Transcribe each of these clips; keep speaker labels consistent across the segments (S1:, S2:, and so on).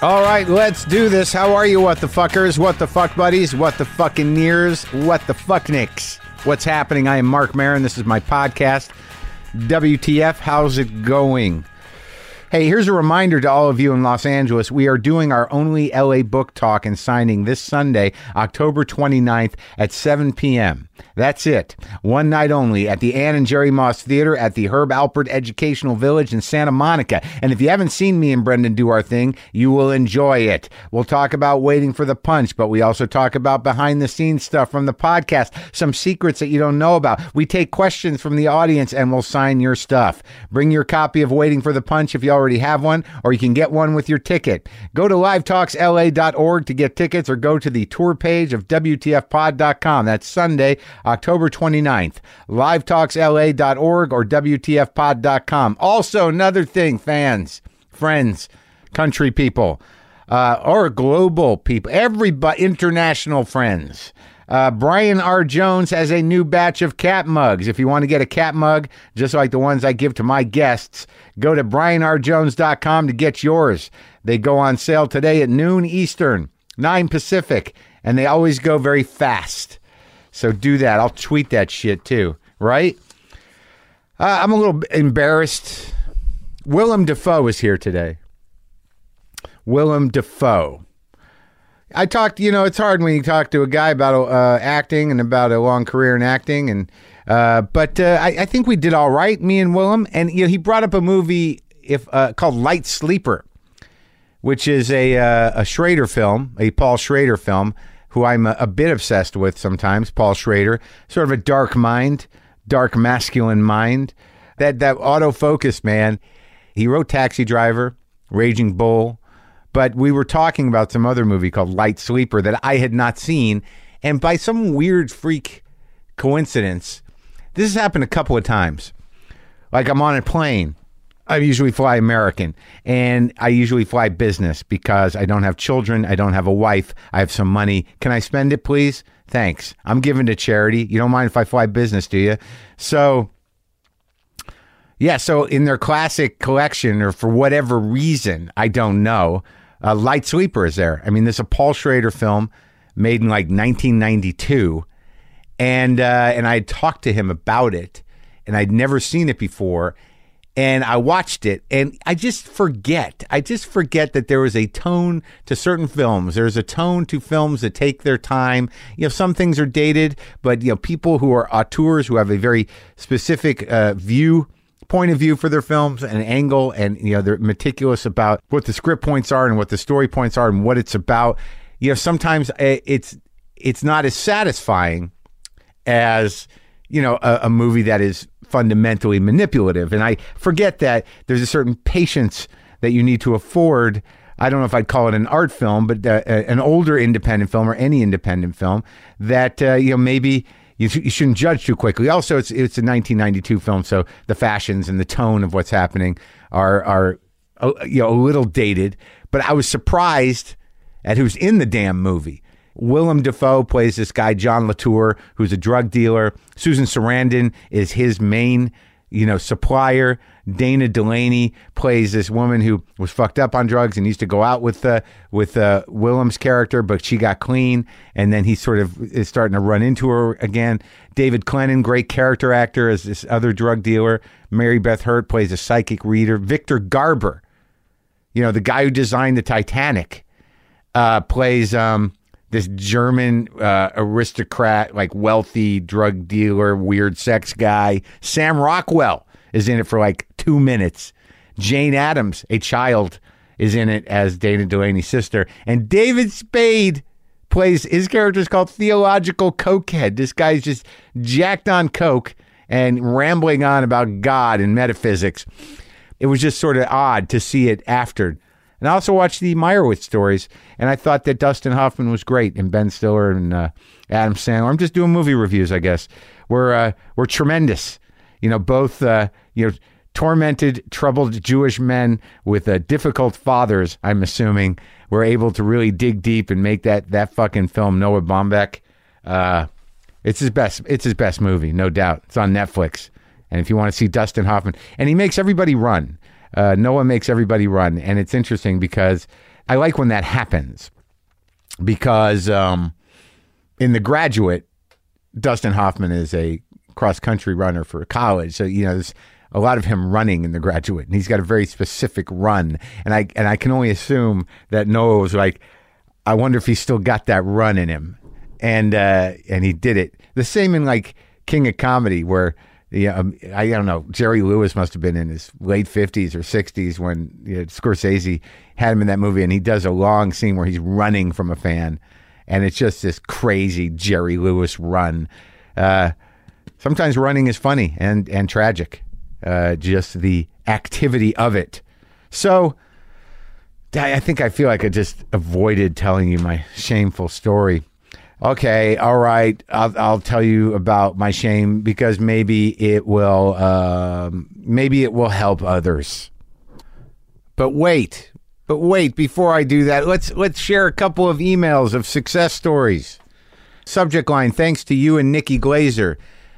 S1: All right, let's do this. How are you, what the fuckers? What the fuck buddies? What the fucking nears? What the fuck nicks? What's happening? I am Mark Marin. This is my podcast, WTF. How's it going? Hey, here's a reminder to all of you in Los Angeles. We are doing our only LA book talk and signing this Sunday, October 29th at 7 p.m. That's it. One night only at the Ann and Jerry Moss Theater at the Herb Alpert Educational Village in Santa Monica. And if you haven't seen me and Brendan do our thing, you will enjoy it. We'll talk about waiting for the punch, but we also talk about behind the scenes stuff from the podcast, some secrets that you don't know about. We take questions from the audience and we'll sign your stuff. Bring your copy of Waiting for the Punch if you already have one, or you can get one with your ticket. Go to livetalksla.org to get tickets or go to the tour page of WTFpod.com. That's Sunday, October 29th. Livetalksla.org or WTFpod.com. Also, another thing, fans, friends, country people, uh, or global people, everybody, international friends. Uh, Brian R. Jones has a new batch of cat mugs. If you want to get a cat mug, just like the ones I give to my guests, go to brianrjones.com to get yours. They go on sale today at noon Eastern, 9 Pacific, and they always go very fast. So do that. I'll tweet that shit too, right? Uh, I'm a little embarrassed. Willem Dafoe is here today. Willem Dafoe. I talked, you know, it's hard when you talk to a guy about uh, acting and about a long career in acting, and uh, but uh, I, I think we did all right, me and Willem, and you know, he brought up a movie if uh, called Light Sleeper, which is a uh, a Schrader film, a Paul Schrader film, who I'm uh, a, a bit obsessed with sometimes. Paul Schrader, sort of a dark mind, dark masculine mind. That that autofocus man, he wrote Taxi Driver, Raging Bull but we were talking about some other movie called Light Sleeper that I had not seen. And by some weird freak coincidence, this has happened a couple of times. Like I'm on a plane. I usually fly American and I usually fly business because I don't have children. I don't have a wife. I have some money. Can I spend it, please? Thanks. I'm giving to charity. You don't mind if I fly business, do you? So, yeah, so in their classic collection, or for whatever reason, I don't know, uh, Light Sleeper is there. I mean, this is a Paul Schrader film made in like 1992, and uh, and I had talked to him about it, and I'd never seen it before, and I watched it, and I just forget, I just forget that there was a tone to certain films. There's a tone to films that take their time. You know, some things are dated, but you know, people who are auteurs who have a very specific uh, view point of view for their films and angle and you know they're meticulous about what the script points are and what the story points are and what it's about you know sometimes i- it's it's not as satisfying as you know a, a movie that is fundamentally manipulative and i forget that there's a certain patience that you need to afford i don't know if i'd call it an art film but uh, a- an older independent film or any independent film that uh, you know maybe you, sh- you shouldn't judge too quickly. Also, it's it's a 1992 film, so the fashions and the tone of what's happening are are uh, you know a little dated. But I was surprised at who's in the damn movie. Willem Dafoe plays this guy John Latour, who's a drug dealer. Susan Sarandon is his main you know supplier. Dana Delaney plays this woman who was fucked up on drugs and used to go out with uh, with uh, Willem's character, but she got clean, and then he sort of is starting to run into her again. David Clennon, great character actor, is this other drug dealer. Mary Beth Hurt plays a psychic reader. Victor Garber, you know the guy who designed the Titanic, uh, plays um, this German uh, aristocrat, like wealthy drug dealer, weird sex guy. Sam Rockwell is in it for like two minutes. Jane Addams, a child, is in it as Dana Delaney's sister. And David Spade plays his character is called Theological Cokehead. This guy's just jacked on coke and rambling on about God and metaphysics it was just sort of odd to see it after. And I also watched the Meyerowitz stories, and I thought that Dustin Hoffman was great, and Ben Stiller and uh, Adam Sandler. I'm just doing movie reviews, I guess. We're uh, we're tremendous, you know. Both uh, you know, tormented, troubled Jewish men with uh, difficult fathers. I'm assuming were able to really dig deep and make that that fucking film. Noah Baumbach. Uh, it's his best. It's his best movie, no doubt. It's on Netflix, and if you want to see Dustin Hoffman, and he makes everybody run. Uh, Noah makes everybody run, and it's interesting because I like when that happens because um, in The Graduate, Dustin Hoffman is a cross country runner for college. So, you know, there's a lot of him running in The Graduate, and he's got a very specific run. And I, and I can only assume that Noah was like, I wonder if he's still got that run in him. And, uh, and he did it. The same in like King of Comedy, where yeah, um, I, I don't know. Jerry Lewis must have been in his late fifties or sixties when you know, Scorsese had him in that movie, and he does a long scene where he's running from a fan, and it's just this crazy Jerry Lewis run. Uh, sometimes running is funny and and tragic, uh, just the activity of it. So. I I think I feel like I just avoided telling you my shameful story. Okay, all right. I'll, I'll tell you about my shame because maybe it will, um, maybe it will help others. But wait, but wait. Before I do that, let's let's share a couple of emails of success stories. Subject line: Thanks to you and Nikki Glazer,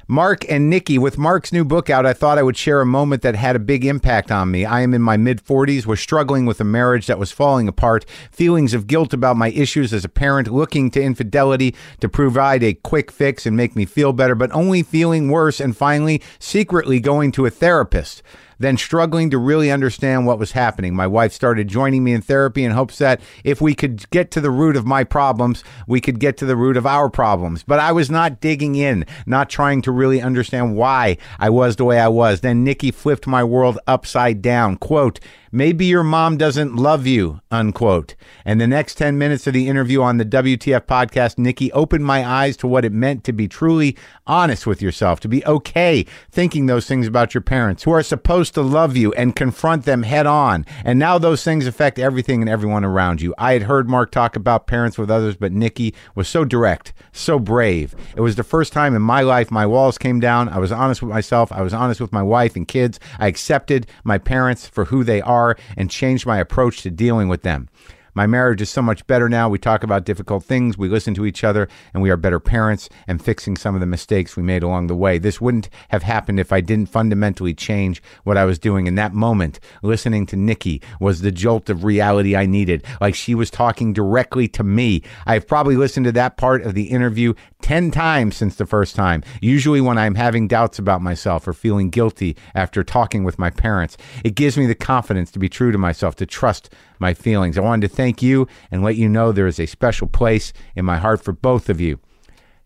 S1: Mark and Nikki. With Mark's new book out, I thought I would share a moment that had a big impact on me. I am in my mid 40s, was struggling with a marriage that was falling apart, feelings of guilt about my issues as a parent, looking to infidelity to provide a quick fix and make me feel better, but only feeling worse, and finally secretly going to a therapist then struggling to really understand what was happening. My wife started joining me in therapy in hopes that if we could get to the root of my problems, we could get to the root of our problems. But I was not digging in, not trying to really understand why I was the way I was. Then Nikki flipped my world upside down. Quote, Maybe your mom doesn't love you, unquote. And the next 10 minutes of the interview on the WTF podcast, Nikki opened my eyes to what it meant to be truly honest with yourself, to be okay thinking those things about your parents who are supposed to love you and confront them head on. And now those things affect everything and everyone around you. I had heard Mark talk about parents with others, but Nikki was so direct, so brave. It was the first time in my life my walls came down. I was honest with myself, I was honest with my wife and kids. I accepted my parents for who they are are and change my approach to dealing with them. My marriage is so much better now. We talk about difficult things, we listen to each other, and we are better parents and fixing some of the mistakes we made along the way. This wouldn't have happened if I didn't fundamentally change what I was doing in that moment. Listening to Nikki was the jolt of reality I needed, like she was talking directly to me. I've probably listened to that part of the interview 10 times since the first time, usually when I'm having doubts about myself or feeling guilty after talking with my parents. It gives me the confidence to be true to myself, to trust my feelings. I wanted to thank you and let you know there is a special place in my heart for both of you.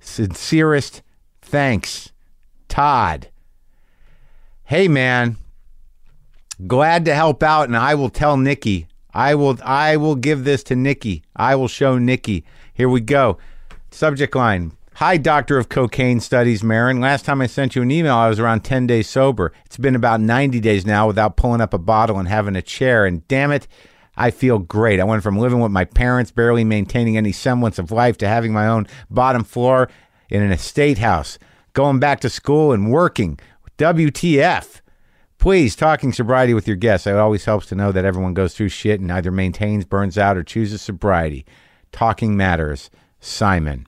S1: Sincerest thanks, Todd. Hey, man. Glad to help out, and I will tell Nikki. I will I will give this to Nikki. I will show Nikki. Here we go. Subject line. Hi, Doctor of Cocaine Studies, Marin. Last time I sent you an email, I was around 10 days sober. It's been about 90 days now without pulling up a bottle and having a chair, and damn it, I feel great. I went from living with my parents, barely maintaining any semblance of life, to having my own bottom floor in an estate house, going back to school and working. WTF. Please, talking sobriety with your guests. It always helps to know that everyone goes through shit and either maintains, burns out, or chooses sobriety. Talking matters. Simon.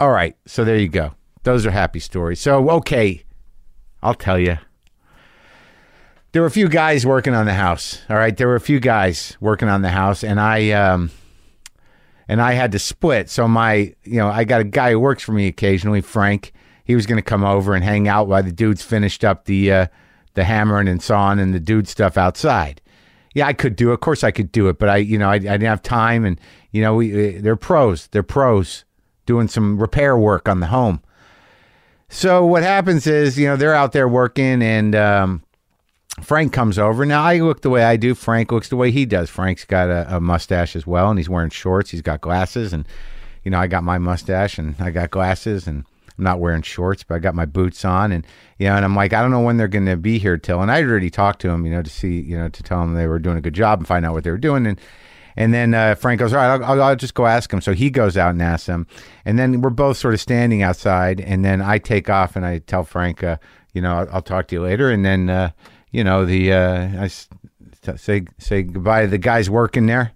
S1: All right, so there you go. Those are happy stories. So, okay, I'll tell you there were a few guys working on the house. All right, there were a few guys working on the house, and I um, and I had to split. So my, you know, I got a guy who works for me occasionally, Frank. He was going to come over and hang out while the dudes finished up the uh, the hammering and sawing and the dude stuff outside. Yeah, I could do. It. Of course, I could do it, but I, you know, I, I didn't have time, and you know, we uh, they're pros. They're pros doing some repair work on the home. So what happens is, you know, they're out there working and. Um, Frank comes over. Now I look the way I do. Frank looks the way he does. Frank's got a, a, mustache as well, and he's wearing shorts. He's got glasses, and you know I got my mustache and I got glasses, and I'm not wearing shorts, but I got my boots on, and you know, and I'm like, I don't know when they're going to be here till. And I'd already talked to him, you know, to see, you know, to tell him they were doing a good job and find out what they were doing, and and then uh, Frank goes, all right, I'll, I'll, I'll just go ask him. So he goes out and asks him, and then we're both sort of standing outside, and then I take off and I tell Frank, uh, you know, I'll, I'll, talk to you later, and then. Uh, you know the uh, I t- say say goodbye to the guys working there.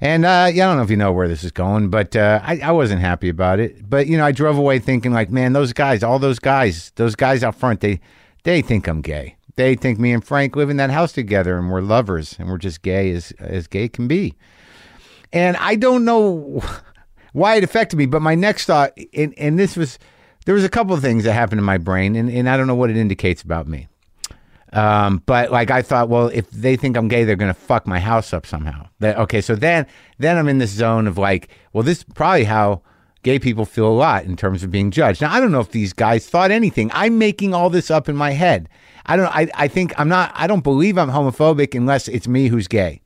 S1: And uh, yeah, I don't know if you know where this is going, but uh, I, I wasn't happy about it. But you know, I drove away thinking like, man, those guys, all those guys, those guys out front, they they think I'm gay. They think me and Frank live in that house together and we're lovers and we're just gay as, as gay can be. And I don't know why it affected me, but my next thought, and, and this was, there was a couple of things that happened in my brain, and, and I don't know what it indicates about me. Um, but like I thought, well, if they think I'm gay, they're gonna fuck my house up somehow. That, okay, so then then I'm in this zone of like, well, this is probably how gay people feel a lot in terms of being judged. Now I don't know if these guys thought anything. I'm making all this up in my head. I don't. I, I think I'm not. I don't believe I'm homophobic unless it's me who's gay.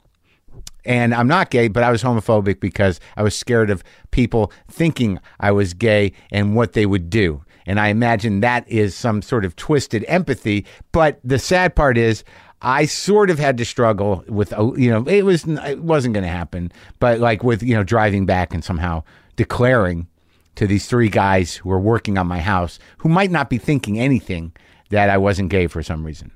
S1: And I'm not gay, but I was homophobic because I was scared of people thinking I was gay and what they would do. And I imagine that is some sort of twisted empathy. But the sad part is, I sort of had to struggle with, uh, you know, it was it wasn't going to happen, but like with you know driving back and somehow declaring to these three guys who were working on my house who might not be thinking anything that I wasn't gay for some reason.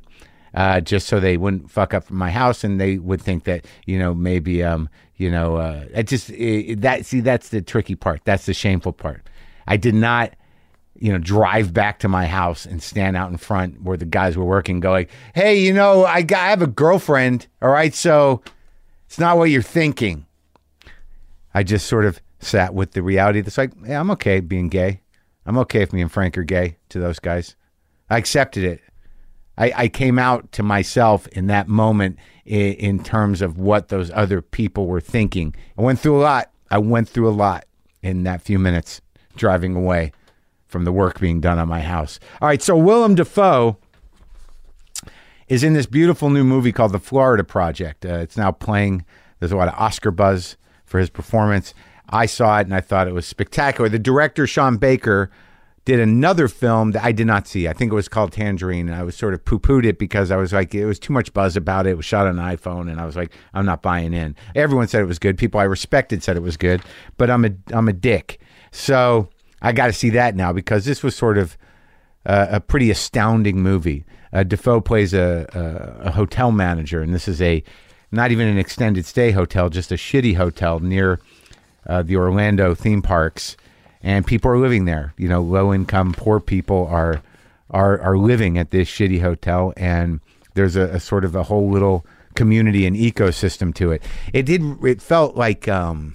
S1: Uh, just so they wouldn't fuck up my house, and they would think that you know maybe um you know uh, it just it, that see that's the tricky part. That's the shameful part. I did not you know, drive back to my house and stand out in front where the guys were working, going, "Hey, you know, I got, I have a girlfriend. All right, so it's not what you're thinking." I just sort of sat with the reality that's like, yeah, I'm okay being gay. I'm okay if me and Frank are gay to those guys. I accepted it. I, I came out to myself in that moment in, in terms of what those other people were thinking. I went through a lot. I went through a lot in that few minutes driving away from the work being done on my house. All right, so Willem Dafoe is in this beautiful new movie called The Florida Project. Uh, it's now playing. There's a lot of Oscar buzz for his performance. I saw it and I thought it was spectacular. The director, Sean Baker, did another film that I did not see. I think it was called Tangerine, and I was sort of poo pooed it because I was like, it was too much buzz about it. It was shot on an iPhone, and I was like, I'm not buying in. Everyone said it was good. People I respected said it was good, but I'm a I'm a dick. So I got to see that now because this was sort of uh, a pretty astounding movie. Uh, Defoe plays a, a, a hotel manager, and this is a not even an extended stay hotel, just a shitty hotel near uh, the Orlando theme parks, and people are living there. You know, low income, poor people are are are living at this shitty hotel, and there's a, a sort of a whole little community and ecosystem to it. It did. It felt like. Um,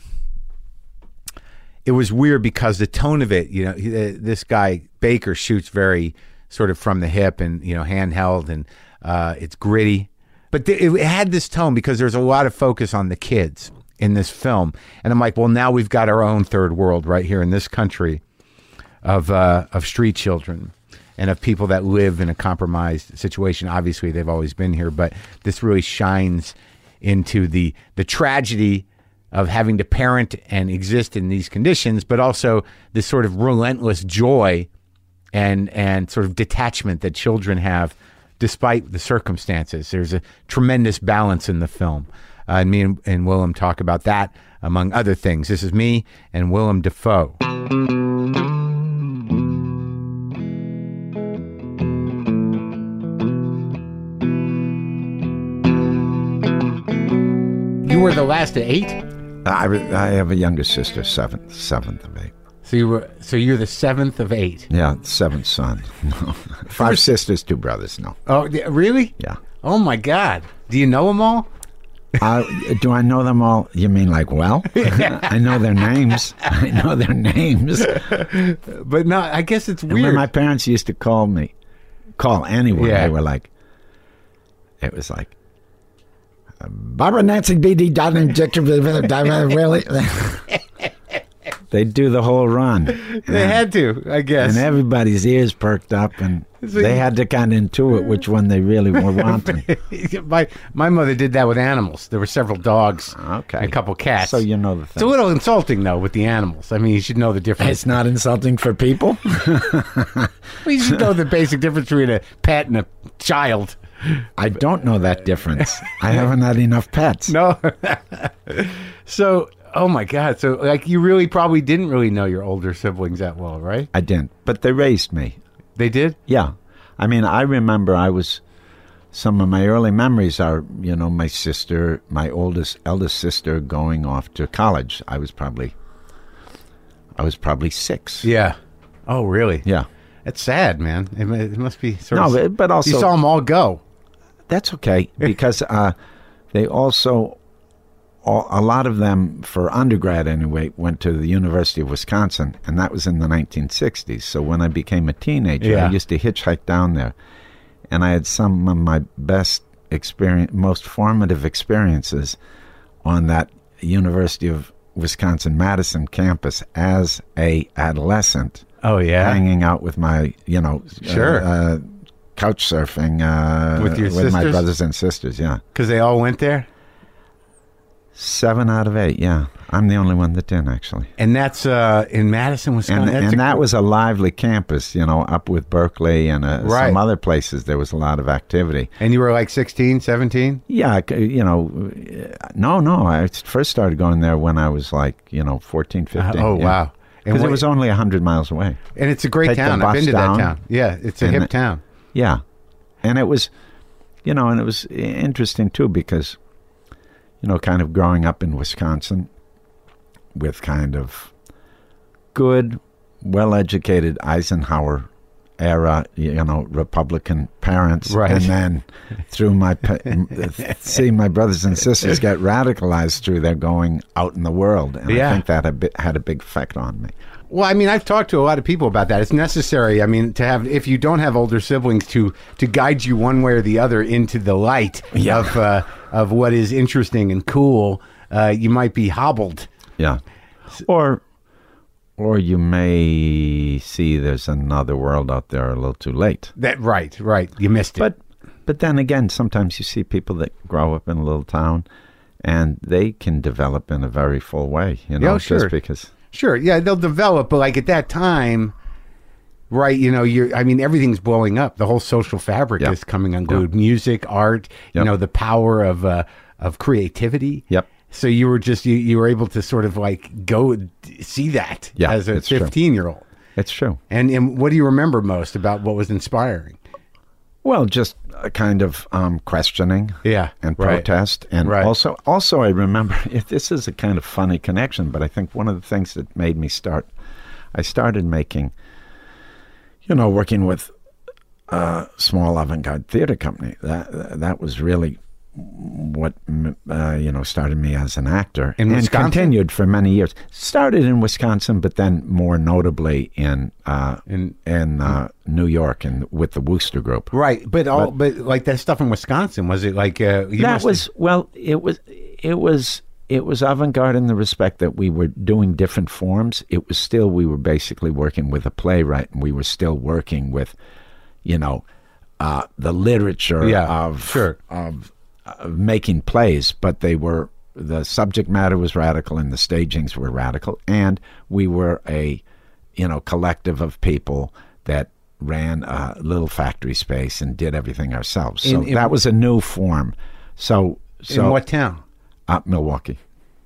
S1: it was weird because the tone of it, you know, he, uh, this guy Baker shoots very sort of from the hip and you know handheld and uh, it's gritty, but th- it had this tone because there's a lot of focus on the kids in this film, and I'm like, well, now we've got our own third world right here in this country of uh, of street children and of people that live in a compromised situation. Obviously, they've always been here, but this really shines into the the tragedy of having to parent and exist in these conditions, but also this sort of relentless joy and and sort of detachment that children have despite the circumstances. There's a tremendous balance in the film. Uh, and me and, and Willem talk about that among other things. This is me and Willem Dafoe. You were the last of eight,
S2: I, I have a younger sister, seventh, seventh of eight.
S1: so you were so you're the seventh of eight.
S2: Yeah, seventh son. No. Five sisters, two brothers. No.
S1: Oh, th- really?
S2: Yeah.
S1: Oh my God! Do you know them all?
S2: I, Uh, do I know them all? You mean like well? I know their names. I know their names.
S1: But no, I guess it's
S2: And
S1: weird.
S2: when my parents used to call me, call anyone,
S1: Yeah.
S2: they were like, it was like, uh, Barbara Nancy BD Dot and Jacob- really? They'd do the whole run.
S1: they had to, I guess.
S2: And everybody's ears perked up, and they had to kind of intuit which one they really were wanting.
S1: my my mother did that with animals. There were several dogs,
S2: Okay.
S1: and a couple cats.
S2: So you know the
S1: It's a
S2: thing.
S1: little insulting though with the animals. I mean, you should know the difference.
S2: it's not insulting for people.
S1: you should know the basic difference between a pet and a child.
S2: I don't know that difference. I haven't had enough pets.
S1: No. so, oh my God. So, like, you really probably didn't really know your older siblings that well, right?
S2: I didn't. But they raised me.
S1: They did.
S2: Yeah. I mean, I remember I was some of my early memories are, you know, my sister, my oldest eldest sister going off to college. I was probably I was probably 6.
S1: Yeah. Oh, really?
S2: Yeah.
S1: That's sad, man. It, mu- it must be sort
S2: No,
S1: of.
S2: but- but also-
S1: you saw them all go.
S2: That's okay because uh, they also all, a lot of them for undergrad anyway went to the University of Wisconsin, and that was in the 1960s. So when I became a teenager,
S1: Yeah.
S2: I used to hitchhike down there, and I had some of my best experience, most formative experiences on that University of Wisconsin Madison campus as a adolescent
S1: Oh yeah.
S2: hanging out with my, you know, uh,
S1: Sure.
S2: uh, couch surfing uh,
S1: With your
S2: my
S1: sisters?
S2: brothers and sisters. Yeah,
S1: Because they all went there,
S2: seven out of eight. Yeah, I'm the only one that didn't actually.
S1: and that's uh, in Madison,
S2: And,
S1: Wisconsin. That's
S2: and
S1: a-
S2: that was a lively campus, you know, up with Berkeley and uh,
S1: Right.
S2: some other places. There was a lot of activity.
S1: and you were like 16, 17?
S2: Yeah, I c- you know, uh, no, no. I first started going there when I was like, you know, 14, 15.
S1: oh
S2: yeah.
S1: wow. And,
S2: Because it
S1: what-
S2: was only 100 miles away.
S1: and it's a great
S2: Take the
S1: town. I've
S2: bus
S1: been to
S2: down.
S1: that town. Yeah, it's a
S2: And
S1: hip
S2: it-
S1: town.
S2: Yeah, and it was, you know, and it was i- interesting too because, you know, kind of growing up in Wisconsin, with kind of good, well-educated Eisenhower era, you know, Republican parents,
S1: Right.
S2: and then through my pa- m- seeing my brothers and sisters get radicalized through their going out in the world, and
S1: Yeah.
S2: I think that a bit, had a big effect on me.
S1: Well, I mean, I've talked to a lot of people about that. It's necessary. I mean, to have if you don't have older siblings to to guide you one way or the other into the light
S2: Yeah.
S1: of uh, of what is interesting and cool, uh, you might be hobbled.
S2: Yeah. Or or you may see there's another world out there a little too late.
S1: That right, right. You missed it.
S2: But but then again, sometimes you see people that grow up in a little town and they can develop in a very full way, you know,
S1: Yeah, sure.
S2: just because
S1: Sure. Yeah, they'll develop, but like at that time, right? You know, you're. I mean, everything's blowing up. The whole social fabric
S2: Yeah.
S1: is coming unglued. Music, art. You
S2: Yep.
S1: know, the power of uh, of creativity.
S2: Yep.
S1: So you were just you, you were able to sort of like go d- see that
S2: Yeah,
S1: as a
S2: it's true.
S1: fifteen year old.
S2: it's true.
S1: And and what do you remember most about what was inspiring?
S2: Well, just a kind of um, questioning.
S1: Yeah,
S2: And
S1: right.
S2: protest. And
S1: Right.
S2: also also I remember this is a kind of funny connection, but I think one of the things that made me start I started making you know, working with uh, small avant-garde theater company. That that was really what m- uh, you know started me as an actor
S1: In
S2: and
S1: Wisconsin?
S2: continued for many years. Started in Wisconsin, but then more notably in uh,
S1: In-
S2: in uh, New York and with the Wooster Group.
S1: Right, but all but, like that stuff in Wisconsin was it like uh, you
S2: that
S1: must-
S2: was well it was it was it was avant-garde in the respect that we were doing different forms it was still we were basically working with a playwright and we were still working with you know uh, the literature
S1: Yeah,
S2: of uh,
S1: sure.
S2: of, of making plays but they were the subject matter was radical and the stagings were radical and we were a you know collective of people that ran a little factory space and did everything ourselves so
S1: In- in-
S2: that was a new form so
S1: in
S2: so
S1: what town?
S2: uh, Milwaukee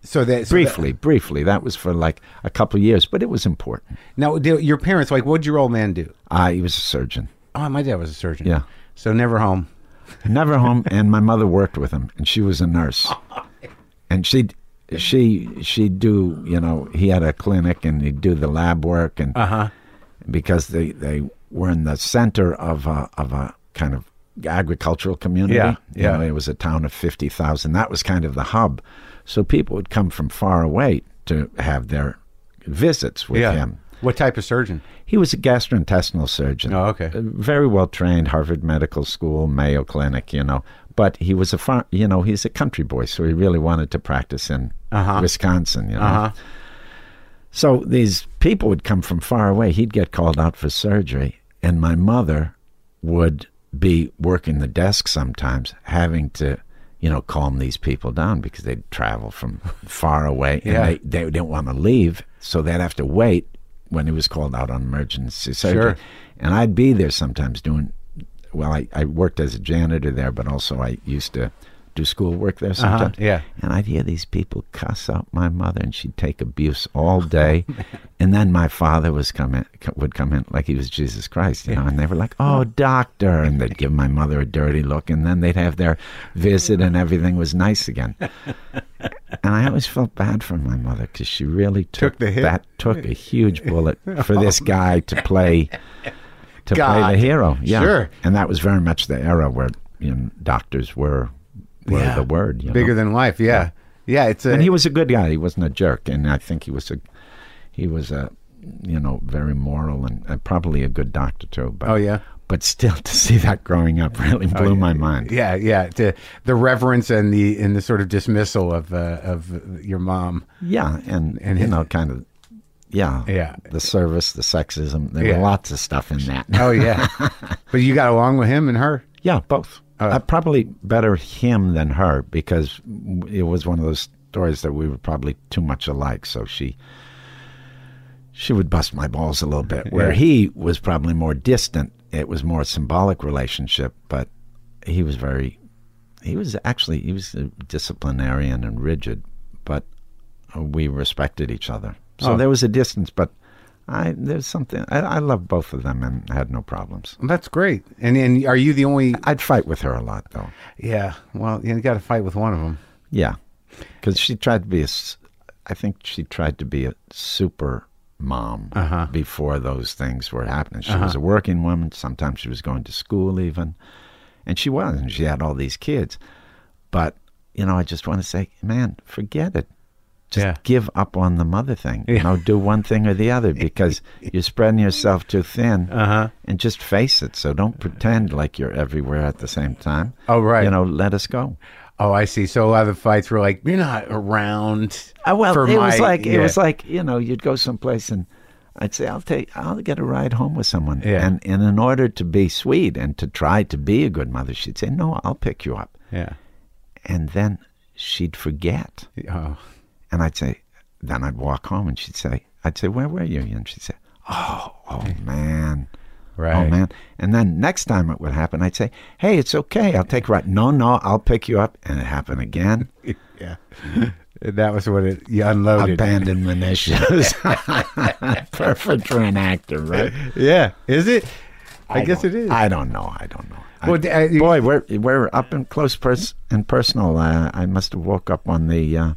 S1: So that so that-
S2: briefly briefly that was for like a couple of years but it was important
S1: now, do- your parents like what'd your old man do?
S2: uh, he was a surgeon
S1: Oh, my dad was a surgeon.
S2: Yeah.
S1: So never home.
S2: never home and my mother worked with him and she was a nurse
S1: Oh,
S2: and she she she'd do you know he had a clinic and he'd do the lab work and
S1: huh.
S2: because they they were in the center of a of a kind of agricultural community
S1: Yeah,
S2: You know,
S1: yeah.
S2: it was a town of 50,000 that was kind of the hub so people would come from far away to have their visits with
S1: Yeah.
S2: him
S1: What type of surgeon?
S2: he was a gastrointestinal surgeon.
S1: Oh, okay.
S2: Uh, Very well trained, Harvard Medical School, Mayo Clinic, you know. But he was a farm, you know, he's a country boy, so he really wanted to practice in
S1: Uh-huh.
S2: Wisconsin, you know.
S1: Uh-huh.
S2: So these people would come from far away. He'd get called out for surgery, and my mother would be working the desk sometimes, having to, you know, calm these people down because they'd travel from far away and
S1: Yeah.
S2: they, they didn't want to leave, so they'd have to wait when he was called out on emergency surgery.
S1: Sure.
S2: And I'd be there sometimes doing. Well, I, I worked as a janitor there, but also I used to do school work there sometimes.
S1: Uh-huh, yeah.
S2: And I'd hear these people cuss out my mother, and she'd take abuse all day.
S1: Oh,
S2: and then my father was come in, co- would come in like he was Jesus Christ, you know. And they were like, "Oh, doctor," and they'd give my mother a dirty look, and then they'd have their visit, and everything was nice again. and I always felt bad for my mother because she really took,
S1: the hit. Oh.
S2: That took a huge bullet for this guy to play to
S1: God.
S2: play the hero. Yeah,
S1: Sure.
S2: And that was very much the era where you know, doctors were were
S1: Yeah.
S2: the word. You
S1: Bigger
S2: know?
S1: than life. Yeah. Yeah. it's a,
S2: and he was a good guy. He wasn't a jerk, and I think he was a he was a you know very moral and, and probably a good doctor too. But
S1: Oh, yeah? Oh,
S2: but still to see that growing up really blew my mind.
S1: Yeah, yeah. To the reverence and the and the sort of dismissal of uh, of your mom.
S2: Yeah, and, and you know, kind of, yeah,
S1: Yeah.
S2: the service, the sexism. There
S1: Yeah.
S2: were lots of stuff in that.
S1: Oh yeah. but you got along with him and her.
S2: yeah, both. uh, probably better him than her because it was one of those stories that we were probably too much alike. So she, she would bust my balls a little bit. Where
S1: Yeah.
S2: he was probably more distant. It was more symbolic relationship, but he was very, he was actually he was a disciplinarian and rigid, but uh, we respected each other. So
S1: Oh.
S2: there was a distance, but I there's something I, I loved both of them and had no problems.
S1: Well, that's great. And and are you the only?
S2: I'd fight with her a lot though.
S1: Yeah. Well, you got to fight with one of them.
S2: Yeah, because she tried to be a. s- I think she tried to be a super mom
S1: Uh-huh.
S2: before those things were happening. She was a working woman. Sometimes she was going to school even, and she was, and she had all these kids. But you know, I just want to say, man, forget it. Just
S1: Yeah.
S2: give up on the mother thing. You know, do one thing or the other because you're spreading yourself too thin.
S1: Uh-huh.
S2: And just face it. So don't pretend like you're everywhere at the same time.
S1: Oh, right.
S2: You know, let us go.
S1: Oh, I see. So a lot of the fights were like, you're not around.
S2: Uh, well,
S1: for
S2: it
S1: my-
S2: was like
S1: yeah.
S2: it was like you know you'd go someplace and I'd say I'll take I'll get a ride home with someone
S1: Yeah.
S2: and and in order to be sweet and to try to be a good mother she'd say no I'll pick you up
S1: yeah.
S2: and then she'd forget
S1: Oh.
S2: and I'd say then I'd walk home and she'd say I'd say where were you and she'd say oh oh man. Oh
S1: Right.
S2: man! And then next time it would happen, I'd say, "Hey, it's okay. I'll take a ride." No, no, I'll pick you up. And it happened again.
S1: Yeah. that was what it. You unloaded.
S2: Abandonment issues. Perfect for an actor, right?
S1: Yeah. Is it? I, guess
S2: don't-
S1: it is.
S2: I don't know. I don't know. I-
S1: Well, d- uh, you-
S2: boy, we're we're up in close pers- and personal. Uh, I must have woke up on the uh,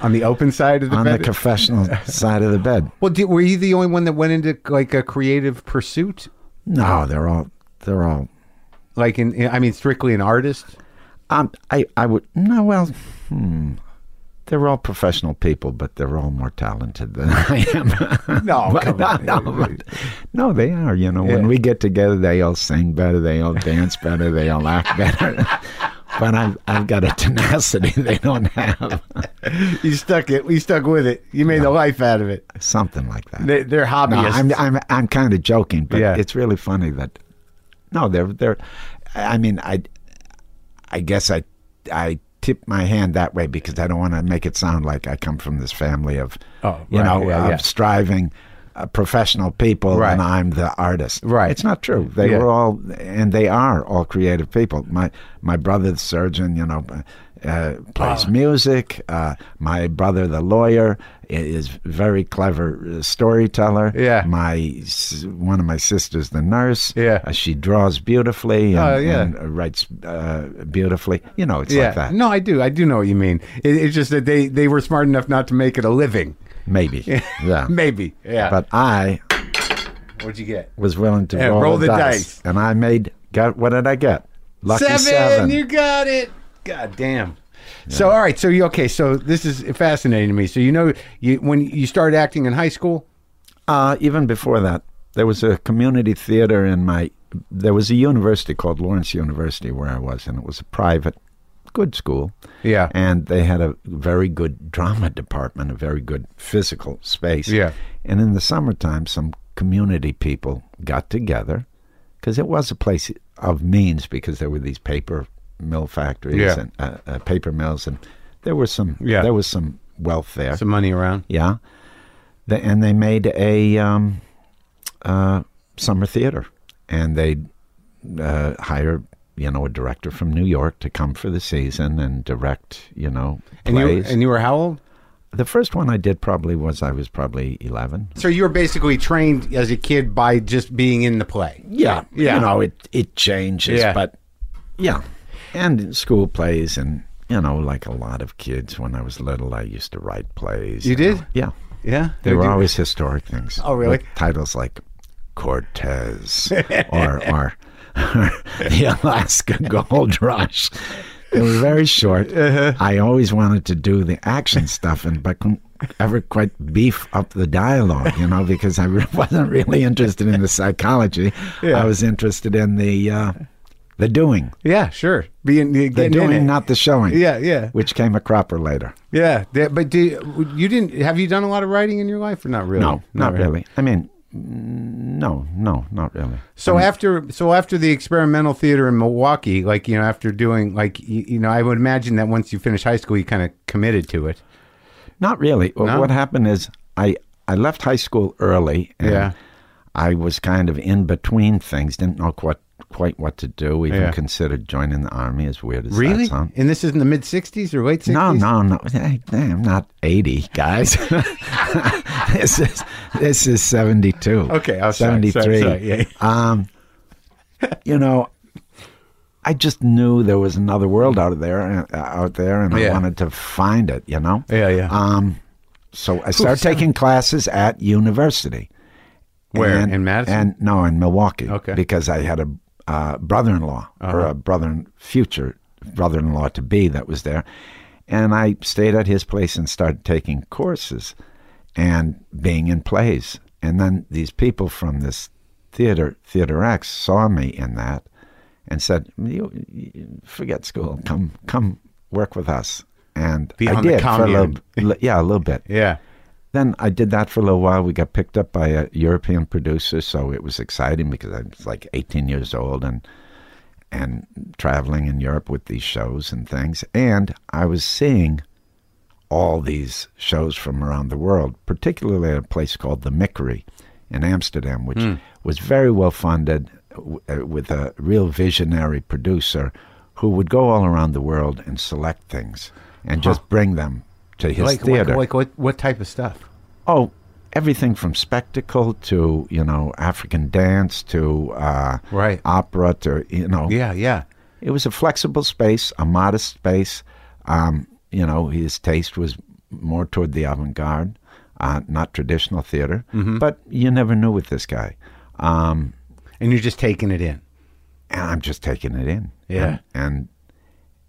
S1: on the open side of the
S2: on
S1: bed.
S2: the confessional side of the bed.
S1: well, did, were you the only one that went into like a creative pursuit?
S2: No, they're all they're all.
S1: Like in, in I mean, strictly an artist.
S2: Um, I I would no well. Hmm. They're all professional people, but they're all more talented than I am.
S1: No,
S2: But-
S1: Oh, come
S2: no,
S1: on.
S2: no, but- no, they are. You know,
S1: Yeah.
S2: when we get together, they all sing better, they all dance better, they all act better. but I've I've got a tenacity they don't have.
S1: You stuck it. You stuck with it. You made a life out of it.
S2: Something like that.
S1: They, they're
S2: no,
S1: hobbyists.
S2: I'm I'm I'm kind of joking, but
S1: Yeah.
S2: it's really funny that. No, they're they're. I mean, I, I guess I, I tip my hand that way because I don't want to make it sound like I come from this family of,
S1: Oh,
S2: you
S1: right,
S2: know,
S1: yeah,
S2: of
S1: yeah.
S2: striving. Uh, professional people,
S1: Right.
S2: and I'm the artist.
S1: Right.
S2: It's not true. They
S1: Yeah.
S2: were all, and they are all creative people. My my brother, the surgeon, you know, uh,
S1: Ah.
S2: plays music. Uh, my brother, the lawyer, i- is very clever uh, storyteller.
S1: Yeah.
S2: My s- one of my sisters, the nurse.
S1: Yeah.
S2: Uh, she draws beautifully. And,
S1: Oh, yeah.
S2: and, uh, writes uh, beautifully. You know, it's
S1: yeah.
S2: like that.
S1: No, I do. I do know what you mean. It, it's just that they they were smart enough not to make it a living.
S2: Maybe. Yeah.
S1: Maybe. Yeah.
S2: But I
S1: What'd you get?
S2: was willing to
S1: Yeah,
S2: roll,
S1: roll the
S2: the,
S1: dice.
S2: and I made. Got what did I get? Lucky
S1: Seven.
S2: seven.
S1: You got it. God damn. So all right. So you okay? So this is fascinating to me. So you know, you when you started acting in high school.
S2: Uh, even before that, there was a community theater in my. There was a university called Lawrence University where I was, and it was a private, good school.
S1: Yeah.
S2: And they had a very good drama department, a very good physical space.
S1: Yeah.
S2: And in the summertime, some community people got together because it was a place of means because there were these paper mill factories
S1: Yeah.
S2: and uh, uh, paper mills, and there was some.
S1: Yeah.
S2: There was some wealth there.
S1: Some money around.
S2: Yeah. The, and they made a um, uh, summer theater. And they uh, hire, you know, a director from New York to come for the season and direct, you know,
S1: And you
S2: plays.
S1: and you were how old?
S2: the first one I did probably was I was probably 11.
S1: So you were basically trained as a kid by just being in the play.
S2: Yeah.
S1: Yeah.
S2: You know, it, it changes.
S1: Yeah.
S2: But yeah. And school plays and, you know, like a lot of kids when I was little, I used to write plays.
S1: You
S2: know.
S1: did?
S2: Yeah.
S1: Yeah.
S2: They were
S1: do-
S2: always historic things.
S1: Oh, really?
S2: with titles like Cortez or or the Alaska Gold Rush. They were very short.
S1: Uh-huh.
S2: I always wanted to do the action stuff, and but couldn't ever quite beef up the dialogue, you know, because I re- wasn't really interested in the psychology.
S1: Yeah.
S2: I was interested in the uh, the doing,
S1: Yeah, sure. Being getting
S2: the
S1: in it.
S2: doing, not the showing.
S1: Yeah, yeah,
S2: which came a cropper later.
S1: yeah. That- But do, you- you didn't have you done a lot of writing in your life or not really?
S2: No, not really. I mean, n- no, no, not really.
S1: So after so after the experimental theater in Milwaukee, like you know, after doing like you, you know, I would imagine that once you finish high school, you kind of committed to it.
S2: Not really. Well,
S1: No?
S2: What happened is I I left high school early. And
S1: Yeah.
S2: I was kind of in between things. Didn't know quite quite what to do. Even
S1: Yeah.
S2: considered joining the army. As weird as that
S1: Really?
S2: sounds.
S1: And this is in the mid '60s or late '60s?
S2: um, No, no, no. Hey, I'm not 80, guys. this is this is 72.
S1: Okay, oh, sorry, sorry,
S2: 73.
S1: sorry, yeah.
S2: Um, you know, I just knew there was another world out of there, uh, out there, and
S1: Yeah.
S2: I wanted to find it. You know.
S1: Yeah, yeah.
S2: Um, so I started
S1: sound-
S2: taking classes at university.
S1: Where?
S2: And-
S1: In Madison?
S2: And no, in Milwaukee.
S1: Okay. Uh-huh.
S2: Because I had a uh, brother-in-law or a brother future brother-in-law to be that was there, and I stayed at his place and started taking courses and being in plays. And then these people from this theater, Theater X, saw me in that and said, you, you- "Forget school. Come, come work with us." And
S1: Be
S2: I
S1: on the
S2: did for a little,
S1: commune.
S2: li- yeah, a little bit.
S1: Yeah.
S2: Then I did that for a little while. We got picked up by a European producer, so it was exciting because I was like 18 years old and and traveling in Europe with these shows and things. And I was seeing all these shows from around the world, particularly at a place called the Mickery in Amsterdam, which
S1: Hmm.
S2: was very well funded w- uh, with a real visionary producer who would go all around the world and select things and just bring them to his
S1: Like, like,
S2: theater.
S1: like what what type of stuff?
S2: Oh, everything from spectacle to you know African dance to uh,
S1: Right.
S2: opera to you know
S1: Yeah, yeah.
S2: it was a flexible space, a modest space. Um, you know, his taste was more toward the avant-garde, uh, not traditional theater.
S1: Mm-hmm.
S2: But you never knew with this guy, um,
S1: And you're just taking it in.
S2: and I'm just taking it in.
S1: Yeah.
S2: and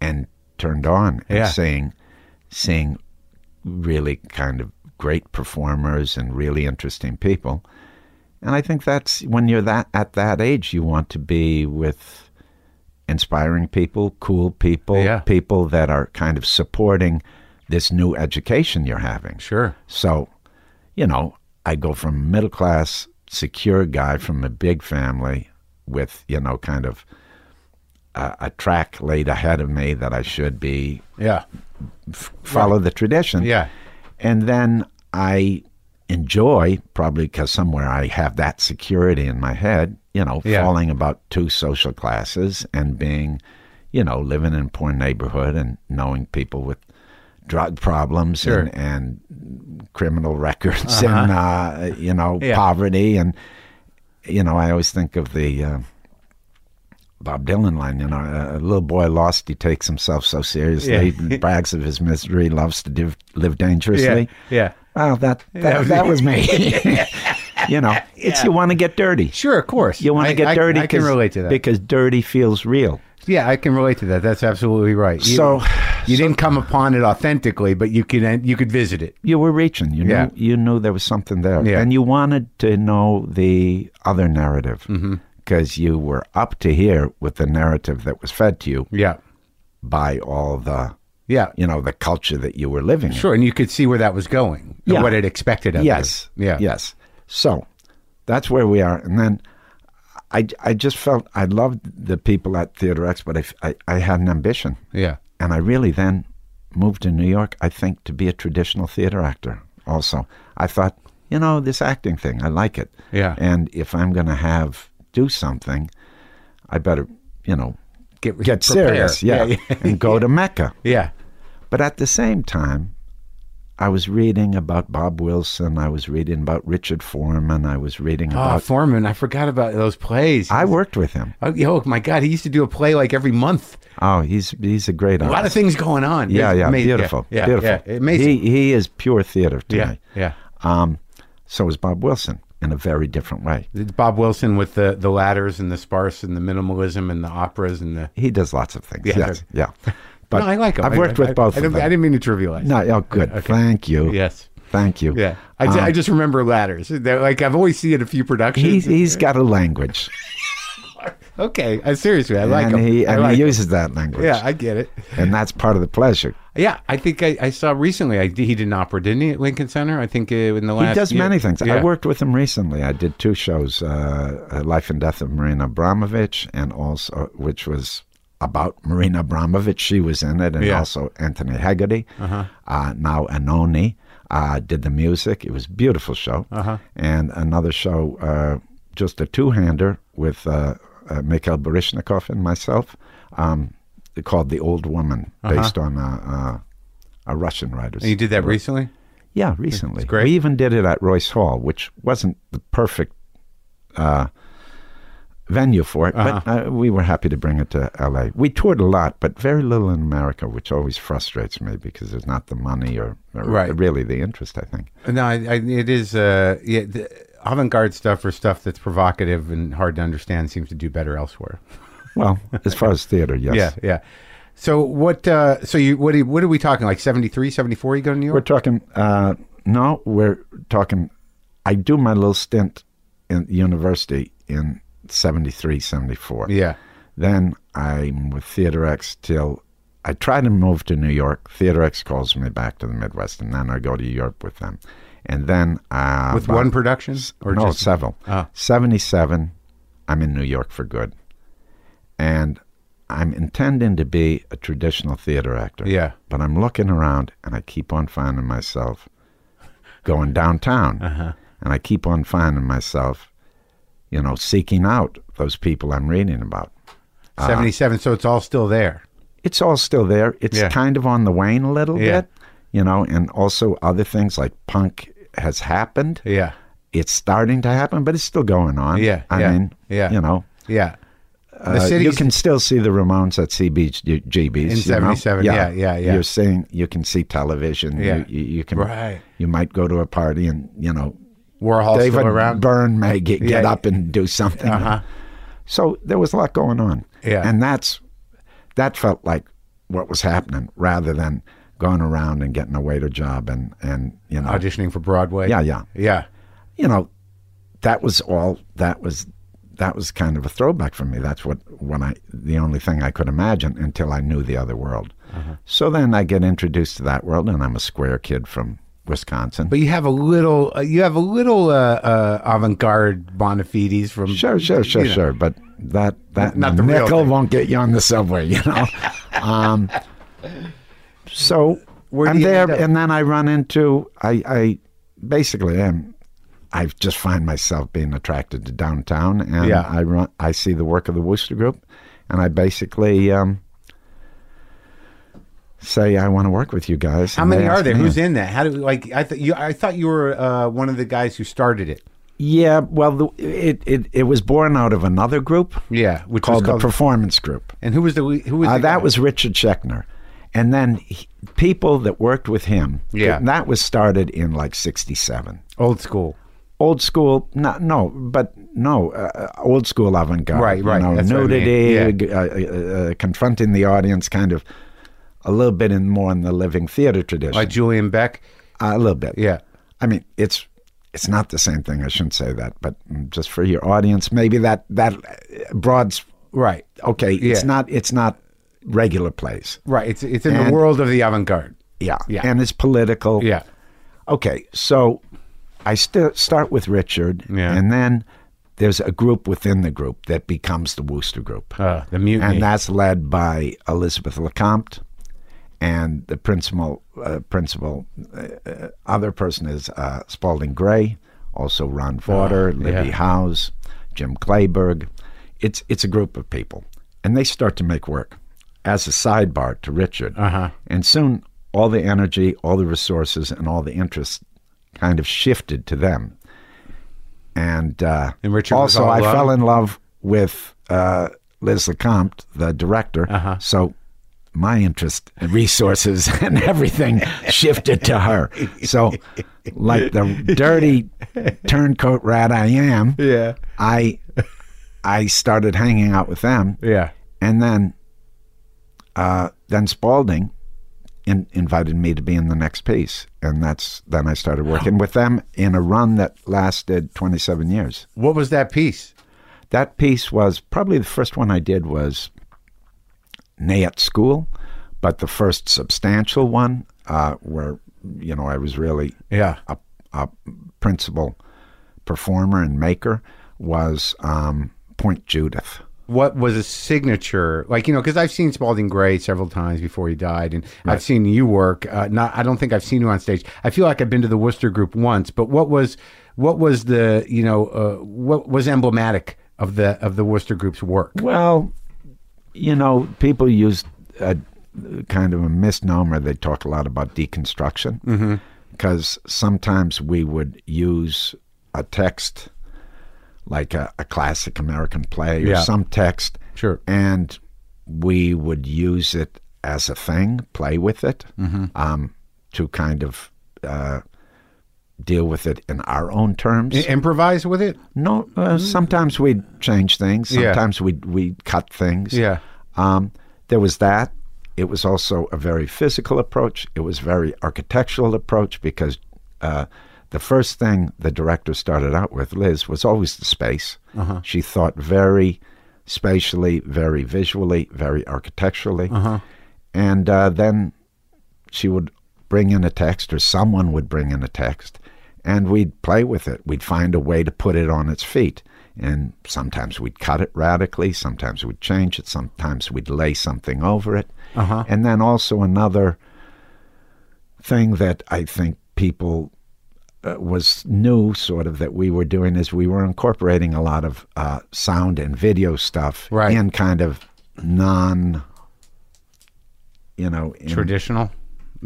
S2: and, and turned on and
S1: Yeah.
S2: seeing seeing really kind of great performers and really interesting people. And I think that's when you're that at that age, you want to be with inspiring people, cool people,
S1: Yeah.
S2: people that are kind of supporting this new education you're having.
S1: Sure.
S2: So, you know, I go from middle class, secure guy from a big family with, you know, kind of a, a track laid ahead of me that I should be
S1: Yeah.
S2: f- follow the tradition.
S1: Yeah.
S2: And then I enjoy, probably because somewhere I have that security in my head, you know,
S1: Yeah.
S2: falling about two social classes and being, you know, living in a poor neighborhood and knowing people with drug problems
S1: Sure. Uh-huh.
S2: and, and criminal records and, uh, you know,
S1: Yeah.
S2: poverty. And, you know, I always think of the. Uh, Bob Dylan line, you know, a a little boy lost, he takes himself so seriously, brags of his misery, loves to div- live
S1: Yeah.
S2: dangerously.
S1: Yeah.
S2: Well, that that, that was me. you know, it's you want to get dirty.
S1: Sure. Of course.
S2: You want
S1: I-
S2: to get
S1: I-
S2: dirty.
S1: I can
S2: 'cause-
S1: relate to that.
S2: because dirty feels real.
S1: Yeah, I can relate to that. That's absolutely right. You,
S2: So-
S1: you didn't come upon it authentically, but you can you could visit it.
S2: You were reaching. You
S1: Yeah.
S2: knew you knew there was something there,
S1: Yeah.
S2: and you wanted to know the other narrative
S1: Mm-hmm.
S2: because you were up to here with the narrative that was fed to you
S1: Yeah,
S2: by all the
S1: yeah,
S2: you know the culture that you were living in.
S1: sure. And you could see where that was going,
S2: Yeah.
S1: and what it expected of
S2: Yes.
S1: you. yeah,
S2: Yes. So that's where we are. And then I, I just felt I loved the people at Theater X, but I, f- I- I had an ambition.
S1: yeah.
S2: And I really then moved to New York, I think, to be a traditional theater actor also. I thought, you know, this acting thing, I like it.
S1: Yeah.
S2: And if I'm going to have, do something, I better, you know,
S1: Get
S2: get
S1: prepare.
S2: serious. Yeah.
S1: yeah, yeah.
S2: and go to Mecca.
S1: yeah.
S2: But at the same time, I was reading about Bob Wilson. I was reading about Richard Foreman. I was reading
S1: Oh,
S2: about.
S1: Foreman, I forgot about those plays.
S2: Uh, I worked with him.
S1: oh, yo, my God, he used to do a play like every month.
S2: Oh, he's he's a great
S1: A
S2: artist.
S1: lot of things going on.
S2: yeah,
S1: It's
S2: yeah,
S1: amazing.
S2: beautiful,
S1: yeah,
S2: beautiful.
S1: yeah, amazing.
S2: He he is pure theater to
S1: yeah,
S2: me.
S1: yeah,
S2: Um, so is Bob Wilson. in a very different way.
S1: It's Bob Wilson with the, the ladders and the sparse and the minimalism and the operas and the.
S2: He does lots of things.
S1: Yeah,
S2: yes, yeah.
S1: no, I like him.
S2: I've
S1: I-
S2: worked
S1: I-
S2: with both
S1: I,
S2: of
S1: don't-
S2: them.
S1: I didn't mean to trivialize.
S2: no, oh, good. Thank you.
S1: Yes.
S2: Thank you.
S1: Yeah. I,
S2: Uh,
S1: ju- I just remember ladders. They're like I've always seen it in a few productions.
S2: He's, he's got a language,
S1: okay. I seriously, I like
S2: and
S1: him.
S2: he
S1: I
S2: and
S1: like
S2: he
S1: him.
S2: uses that language.
S1: Yeah, I get it.
S2: and that's part of the pleasure.
S1: Yeah, I think I, I saw recently. I, he did an opera, didn't he, at Lincoln Center? I think uh, in the last.
S2: He does
S1: year.
S2: many things.
S1: Yeah.
S2: I worked with him recently. I did two shows: uh, uh, "Life and Death of Marina Abramovich," and also which was about Marina Abramovich. She was in it, and
S1: Yeah. Uh-huh.
S2: also Anthony Haggerty, uh now Anoni, uh, did the music. It was a beautiful show.
S1: Uh-huh.
S2: And another show, uh, just a two-hander with uh, uh, Mikhail Baryshnikov and myself, um, called "The Old Woman,"
S1: Uh-huh.
S2: based on a, a, a Russian writer's.
S1: And you did that recently.
S2: Yeah, recently.
S1: great.
S2: We even did it at Royce Hall, which wasn't the perfect uh, venue for it, but
S1: Uh-huh.
S2: uh, we were happy to bring it to LA. We toured a lot, but very little in America, which always frustrates me because there's not the money or, or
S1: Right.
S2: really the interest, I think.
S1: No, I, I, it is. Uh, yeah, the avant-garde stuff or stuff that's provocative and hard to understand seems to do better elsewhere.
S2: Well, as far as theater, yes.
S1: Yeah, yeah. So what? Uh, so you what? Are, what are we talking? Like 73, 74 You go to New
S2: We're
S1: York?
S2: talking, uh, no, we're talking, I do my little stint in university in 73, 74.
S1: yeah.
S2: Then I'm with Theater X till I try to move to New York. Theater X calls me back to the Midwest, and then I go to Europe with them. And then uh,
S1: With
S2: about-
S1: one production or
S2: no
S1: just
S2: several.
S1: Ah.
S2: Seventy-seven, I'm in New York for good, and I'm intending to be a traditional theater actor.
S1: Yeah.
S2: but I'm looking around, and I keep on finding myself going downtown,
S1: Uh-huh.
S2: and I keep on finding myself, you know, seeking out those people I'm reading about. Uh-huh.
S1: seventy-seven? So it's all still there.
S2: it's all still there. It's
S1: Yeah.
S2: kind of on the wane a little
S1: Yeah.
S2: bit, you know, and also other things like punk has happened.
S1: Yeah,
S2: It's starting to happen, but it's still going on.
S1: Yeah,
S2: I
S1: yeah,
S2: mean,
S1: yeah.
S2: you know,
S1: yeah.
S2: uh,
S1: The city.
S2: you can still see the Ramones at CBGBs
S1: In 77, yeah, yeah, yeah.
S2: You're seeing you can see television.
S1: Yeah.
S2: You, you, you can.
S1: Right.
S2: You might go to a party and you know
S1: Warhol
S2: David
S1: still around.
S2: Byrne may get, get
S1: Yeah. Uh-huh.
S2: up and do something. So there was a lot going on.
S1: Yeah.
S2: And that's that felt like what was happening rather than going around and getting a waiter job and, and you know
S1: auditioning for Broadway.
S2: Yeah, yeah.
S1: yeah.
S2: You know, that was all that was that was kind of a throwback for me. That's what when I the only thing I could imagine until I knew the other world.
S1: Uh-huh.
S2: So then I get introduced to that world and I'm a square kid from Wisconsin.
S1: But you have a little, uh, you have a little uh, uh, avant-garde Bonafides from
S2: Sure, sure, sure,
S1: you know.
S2: sure. But that that
S1: Not the real
S2: nickel
S1: thing.
S2: won't get you on the subway, you know. um, so
S1: Where do
S2: I'm
S1: you
S2: there,
S1: end up?
S2: and then I run into I, I basically am. I just find myself being attracted to downtown, and
S1: Yeah.
S2: I run. I see the work of the Wooster Group, and I basically um, say I want to work with you guys.
S1: How
S2: and
S1: many
S2: they
S1: are
S2: ask
S1: there?
S2: me
S1: Who's in that? How do like I thought you? I thought you were uh, one of the guys who started it.
S2: Yeah, well, the, it, it it was born out of another group
S1: Yeah, which
S2: called,
S1: was
S2: the Performance Group.
S1: and who was the who was
S2: Uh,
S1: the guy?
S2: that was Richard Schechner. And then he, people that worked with him,
S1: Yeah.
S2: and that was started in like 67.
S1: old school.
S2: Old school, not, no, but no, uh, uh, old school avant garde.
S1: Right, right,
S2: You know,
S1: that's what I mean,
S2: nudity,
S1: yeah.
S2: g- uh, uh, uh, confronting the audience, kind of a little bit in more in the living theater tradition.
S1: Like Julian Beck.
S2: a little bit.
S1: Yeah.
S2: I mean, it's it's not the same thing. I shouldn't say that, but mm, just for your audience, maybe that that uh, broad, s-
S1: Right.
S2: okay,
S1: Yeah.
S2: it's not it's not regular plays.
S1: Right. It's it's in the
S2: And-
S1: world of the avant-garde.
S2: Yeah.
S1: Yeah.
S2: And it's political.
S1: Yeah.
S2: Okay. So I st- start with Richard.
S1: Yeah.
S2: And then there's a group within the group that becomes the Wooster Group.
S1: Uh, the mutiny.
S2: and that's led by Elizabeth LeCompte. And the principal, uh, principal uh, uh, other person is uh, Spalding Gray, also Ron Vauder, Libby
S1: Oh, yeah.
S2: Howes, Jim Clayberg. It's, it's a group of people. And they start to make work as a sidebar to Richard.
S1: Uh-huh.
S2: And soon, all the energy, all the resources, and all the interest kind of shifted to them. And, uh,
S1: And Richard was
S2: also,
S1: all
S2: I
S1: alone?
S2: fell in love with uh, Liz LeCompte, the director. So my interest and resources and everything shifted to her. So, like the dirty turncoat rat I am,
S1: Yeah.
S2: I I started hanging out with them,
S1: Yeah.
S2: and then uh, then Spalding in, invited me to be in the next piece, and that's then I started working with them in a run that lasted 27 years.
S1: What was that piece?
S2: That piece was probably the first one I did was nay at school, but the first substantial one uh, where you know I was really
S1: Yeah.
S2: a, a principal performer and maker was um, Point Judith.
S1: What was a signature? Like, you know, because I've seen Spalding Gray several times before he died, and I've seen you work. Uh, not, I don't think I've seen you on stage. I feel like I've been to the Worcester Group once, but what was, what was the, you know, uh, what was emblematic of the of the Worcester Group's work?
S2: Well, you know, people use a kind of a misnomer. They talk a lot about
S1: Mm-hmm.
S2: deconstruction because sometimes we would use a text like a, a classic American play or
S1: Yeah.
S2: some text,
S1: Sure.
S2: and we would use it as a thing, play with it,
S1: Mm-hmm.
S2: um, to kind of uh, deal with it in our own terms.
S1: I- improvise with it.
S2: No, uh, sometimes we'd change things.
S1: Mm. Yeah.
S2: Sometimes we'd we'd cut things.
S1: Yeah.
S2: Um, there was that. It was also a very physical approach. It was very architectural approach because uh, the first thing the director started out with, Liz, was always the space.
S1: Uh-huh.
S2: She thought very spatially, very visually, very architecturally,
S1: Uh-huh.
S2: and uh, then she would bring in a text or someone would bring in a text and we'd play with it we'd find a way to put it on its feet and sometimes we'd cut it radically sometimes we'd change it sometimes we'd lay something over it
S1: Uh-huh.
S2: and then also another thing that i think people uh, was new sort of that we were doing is we were incorporating a lot of uh, sound and video stuff
S1: Right.
S2: in kind of non you know in,
S1: Traditional,
S2: well,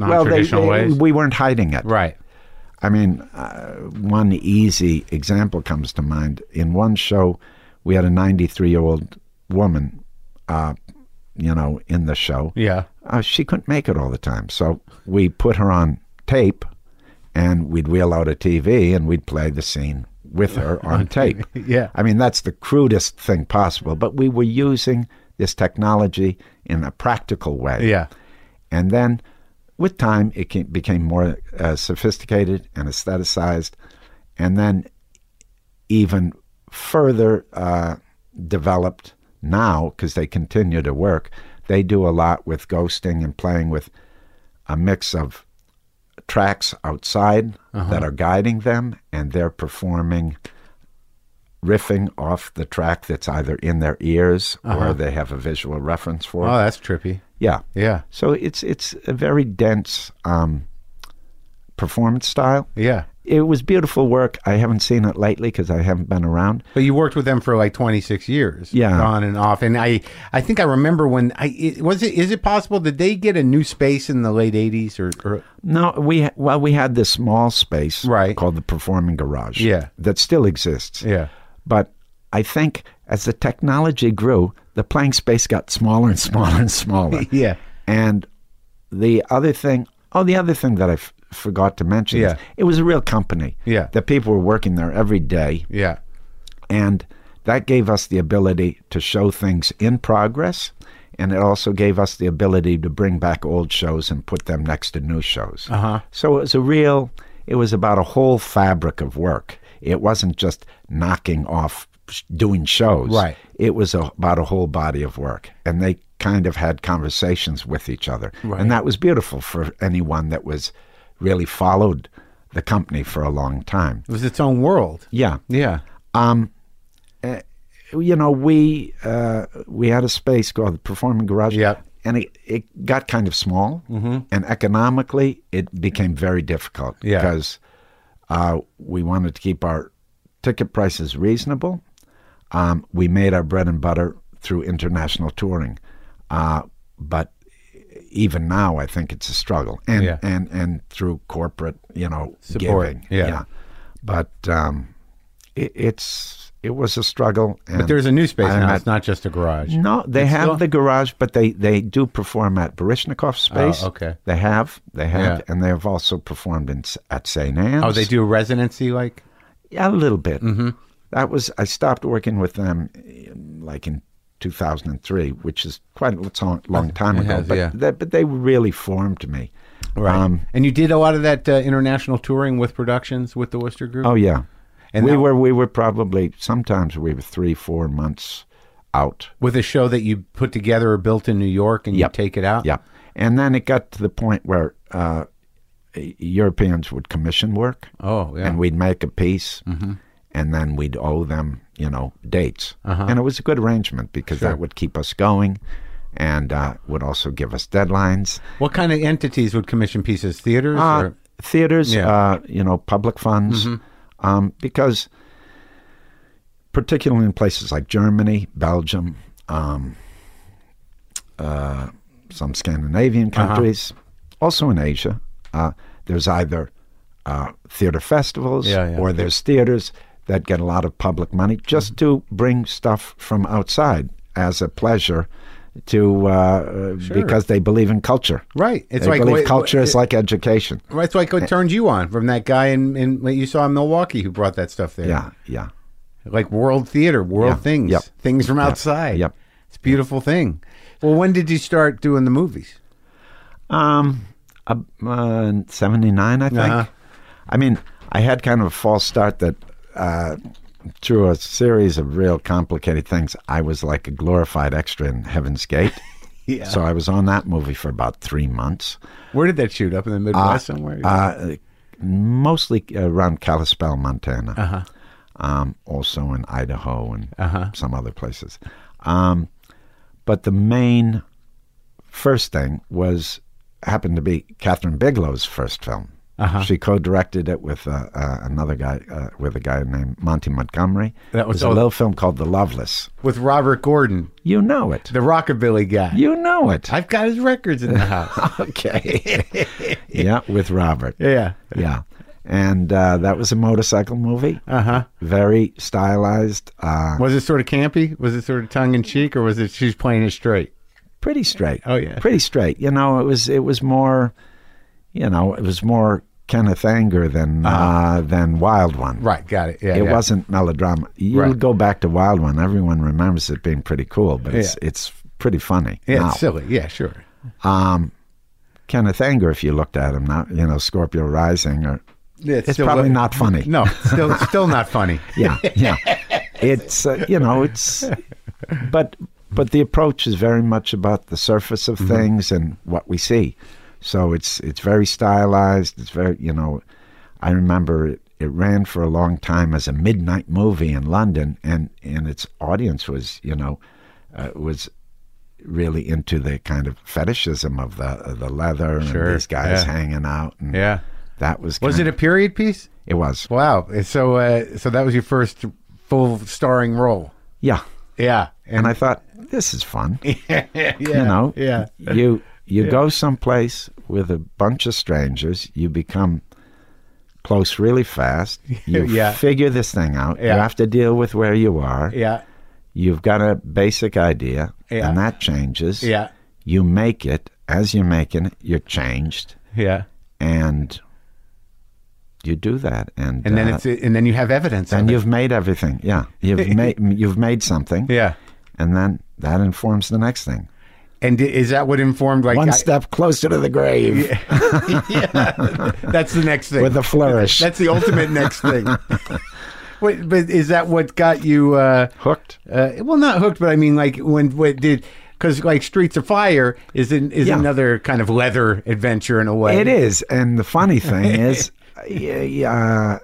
S2: they,
S1: non-traditional
S2: they-
S1: ways.
S2: we weren't hiding it.
S1: right.
S2: I mean, uh, one easy example comes to mind. In one show, we had a 93 year old woman, uh, you know, in the show.
S1: Yeah.
S2: Uh, she couldn't make it all the time. So we put her on tape and we'd wheel out a TV and we'd play the scene with her on tape.
S1: Yeah.
S2: I mean, that's the crudest thing possible, but we were using this technology in a practical way.
S1: Yeah.
S2: And then with time, it came, became more uh, sophisticated and aestheticized, and then even further uh, developed now because they continue to work. They do a lot with ghosting and playing with a mix of tracks outside that are guiding them, and they're performing, riffing off the track that's either in their ears or they have a visual reference for.
S1: Oh, that's trippy.
S2: Yeah.
S1: Yeah.
S2: So it's it's a very dense um, performance style.
S1: Yeah.
S2: It was beautiful work. I haven't seen it lately because I haven't been around.
S1: But you worked with them for like 26 years,
S2: Yeah.
S1: on and off. And I, I think I remember when I it, was it. Is it possible? Did they get a new space in the late 80s or? or
S2: No, we ha- well we had this small space
S1: Right.
S2: called the Performing Garage.
S1: Yeah.
S2: that still exists.
S1: yeah,
S2: but I think as the technology grew, the playing space got smaller and smaller and smaller.
S1: Yeah.
S2: and the other thing, oh, the other thing that I f- forgot to mention
S1: Yeah.
S2: is it was a real company.
S1: Yeah.
S2: the people were working there every day.
S1: yeah,
S2: And that gave us the ability to show things in progress. And it also gave us the ability to bring back old shows and put them next to new shows.
S1: Uh-huh.
S2: So it was a real, it was about a whole fabric of work. It wasn't just knocking off sh- doing shows.
S1: Right.
S2: It was a, about a whole body of work. And they kind of had conversations with each other.
S1: Right.
S2: And that was beautiful for anyone that was really followed the company for a long time.
S1: it was its own world.
S2: Yeah
S1: Yeah,
S2: you know, we uh, we had a space called the Performing Garage.
S1: Yeah. Mm-hmm.
S2: And it, it got kind of small, and economically, it became very difficult
S1: Yeah.
S2: because uh, we wanted to keep our ticket prices reasonable. Um, we made our bread and butter through international touring, uh, but even now, I think it's a struggle, and
S1: Yeah.
S2: and and through corporate, you know,
S1: Support,
S2: giving,
S1: yeah.
S2: But um, it, it's it was a struggle.
S1: But
S2: and
S1: there's a new space
S2: I'm
S1: now.
S2: at-
S1: it's not just a garage.
S2: No, they have the garage, but they, they do perform at Barishnikov space.
S1: Oh, okay.
S2: They have, they have,
S1: Yeah.
S2: and they have also performed in, S- at St. Anne's.
S1: Oh, they do a residency like.
S2: Yeah, a little bit. Mm-hmm. That was I stopped working with them in, like in 2003, which is quite a long, long time
S1: Uh, It
S2: ago.
S1: has,
S2: but
S1: yeah.
S2: they, but they really formed me. Um,
S1: Right. and you did a lot of that uh, international touring with productions with the Worcester Group.
S2: Oh yeah.
S1: And
S2: we
S1: that-
S2: were we were probably sometimes we were three four months out.
S1: With a show that you put together or built in New York and
S2: Yep.
S1: you take it out.
S2: Yeah. And then it got to the point where uh, Europeans would commission work.
S1: Oh, yeah.
S2: And we'd make a piece, and then we'd owe them, you know, dates. And it was a good arrangement because that would keep us going, and uh, would also give us deadlines.
S1: What kind of entities would commission pieces? Theaters?
S2: Uh,
S1: or?
S2: theaters,
S1: Yeah. Mm-hmm.
S2: uh, you know, public funds, um, because particularly in places like Germany, Belgium, um, uh, some Scandinavian
S1: Uh-huh.
S2: countries, also in Asia, uh, there's either uh, theater festivals
S1: Yeah, yeah.
S2: or there's theaters that get a lot of public money just
S1: Mm-hmm.
S2: to bring stuff from outside as a pleasure to uh, because they believe in culture
S1: Right. It's
S2: it's
S1: like
S2: like
S1: wait,
S2: culture
S1: wait,
S2: is like education.
S1: Right, it's
S2: Eh.
S1: like what turned you on from that guy in, in what you saw in Milwaukee who brought that stuff there.
S2: Yeah, yeah.
S1: Like world theater, world
S2: Yeah,
S1: things,
S2: yep.
S1: things from outside.
S2: yep.
S1: It's a beautiful thing. Well, when did you start doing the movies?
S2: Um, uh, uh, seventy nine, I think.
S1: Uh-huh.
S2: I mean, I had kind of a false start that uh, through a series of real complicated things, I was like a glorified extra in Heaven's Gate.
S1: Yeah.
S2: So I was on that movie for about three months.
S1: Where did that shoot? Up in the Midwest somewhere?
S2: Uh, mostly uh, around Kalispell, Montana.
S1: Uh-huh.
S2: Um, also in Idaho and some other places. Um, but the main first thing was happened to be Catherine Bigelow's first film.
S1: Uh-huh.
S2: She co-directed it with uh, uh, another guy, uh, with a guy named Monty Montgomery.
S1: That was
S2: There's
S1: all-
S2: a little film called The Loveless.
S1: With Robert Gordon,
S2: You know it.
S1: the rockabilly guy.
S2: You know it.
S1: I've got his records in the house.
S2: okay. yeah, with Robert.
S1: yeah.
S2: yeah. And uh, that was a motorcycle movie.
S1: Uh huh.
S2: Very stylized, uh,
S1: Was it sort of campy? Was it sort of tongue in cheek, or was it she's playing it straight?
S2: pretty straight.
S1: Oh, yeah.
S2: pretty straight. You know, it was it was more, you know, it was more Kenneth Anger than uh than Wild One.
S1: Uh-huh. Right. Got it. Yeah.
S2: It
S1: yeah.
S2: wasn't melodrama. You
S1: Right.
S2: go back to Wild One. Everyone remembers it being pretty cool, but it's it's pretty funny.
S1: Yeah.
S2: now. um,
S1: It's silly. Yeah. Sure.
S2: Kenneth Anger, if you looked at him now, you know, Scorpio Rising, or
S1: Yeah,
S2: it's
S1: still-
S2: probably not funny.
S1: No. Still. still not funny.
S2: yeah, yeah. It's uh, you know, it's but but the approach is very much about the surface of
S1: Mm-hmm.
S2: things and what we see. So it's it's very stylized. It's very you know, I remember it, it ran for a long time as a midnight movie in London, and and its audience was you know uh, was really into the kind of fetishism of the of the leather
S1: Sure,
S2: and these guys
S1: yeah.
S2: hanging out. And
S1: Yeah.
S2: that was
S1: Was it
S2: kind
S1: a period piece?
S2: of- It was.
S1: Wow. So uh, so that was your first full starring role.
S2: Yeah.
S1: Yeah.
S2: And I thought this is fun.
S1: yeah,
S2: you know
S1: Yeah.
S2: you you go someplace with a bunch of strangers you become close really fast you
S1: Yeah.
S2: figure this thing out you
S1: Yeah.
S2: have to deal with where you are
S1: Yeah.
S2: you've got a basic idea
S1: Yeah.
S2: and that changes
S1: Yeah.
S2: you make it as you're making it you're changed
S1: Yeah.
S2: and you do that and
S1: And then
S2: uh,
S1: it's and then you have evidence.
S2: and
S1: of it.
S2: you've made everything yeah you've made you've made something
S1: Yeah.
S2: and then that informs the next thing
S1: And i- is that what informed like
S2: one
S1: I-
S2: step closer to the grave
S1: yeah. That's the next thing.
S2: with a flourish.
S1: That's the ultimate next thing. Wait, but is that what got you? Uh,
S2: hooked.
S1: uh, well, not hooked, but I mean, like when what did because like Streets of Fire is in, is
S2: Yeah.
S1: another kind of leather adventure in a way.
S2: It is, and the funny thing is, uh, yeah, yeah,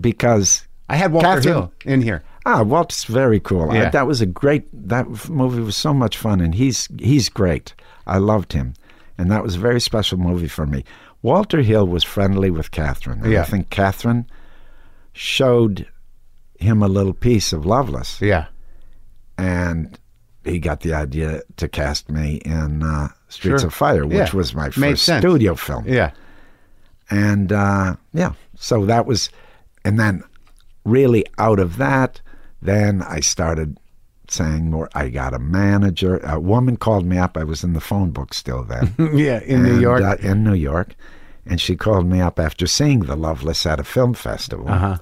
S2: because
S1: I had Walter
S2: Catherine-
S1: Hill in here.
S2: ah, Walt's very cool. I-
S1: Yeah.
S2: that was a great. That f- movie was so much fun, and he's he's great. I loved him, and that was a very special movie for me. Walter Hill was friendly with Catherine. and
S1: Yeah.
S2: I think Catherine showed him a little piece of Loveless.
S1: Yeah.
S2: and he got the idea to cast me in uh, Streets
S1: Sure.
S2: of Fire, which
S1: Yeah.
S2: was my
S1: Made
S2: first
S1: sense.
S2: studio film.
S1: Yeah.
S2: And uh, yeah, so that was, and then really out of that, Then I started saying more. I got a manager. A woman called me up. I was in the phone book still then.
S1: yeah, in New
S2: And,
S1: York.
S2: uh, in New York. And she called me up after seeing The Loveless at a film festival.
S1: Uh-huh.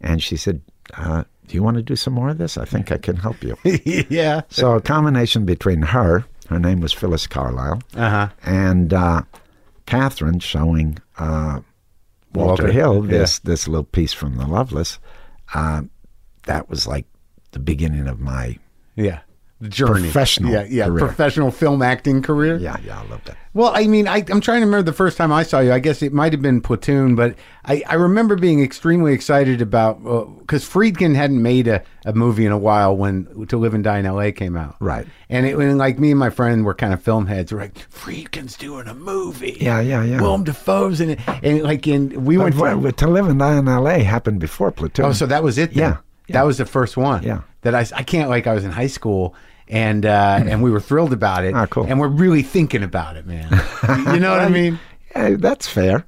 S2: And she said, uh, Do you want to do some more of this? I think I can help you.
S1: yeah.
S2: so, a combination between her, her name was Phyllis Carlisle,
S1: Uh-huh.
S2: and uh, Catherine showing uh, Walter,
S1: Walter,
S2: Hill this, this little piece from The Loveless. Uh, that was like the beginning of my.
S1: Yeah. The journey.
S2: Professional
S1: Yeah, yeah.
S2: career.
S1: Professional film acting career.
S2: Yeah, yeah, I loved it.
S1: Well, I mean, I, I'm trying to remember the first time I saw you. I guess it might have been Platoon, but I, I remember being extremely excited about because Friedkin hadn't made a, a movie in a while when To Live and Die in L.A. came out.
S2: Right.
S1: And it when like me and my friend were kind of film heads. We're like, Friedkin's doing a movie.
S2: Yeah, yeah, yeah.
S1: Willem Dafoe's in it, and like, and we went.
S2: But, what- to live and die in L.A. happened before Platoon.
S1: Oh, so that was it. Then.
S2: Yeah,
S1: that was the first one.
S2: Yeah.
S1: that I I can't like I was in high school and uh, and we were thrilled about it.
S2: Ah, cool.
S1: And we're really thinking about it, man. you know what I mean?
S2: Yeah, that's fair.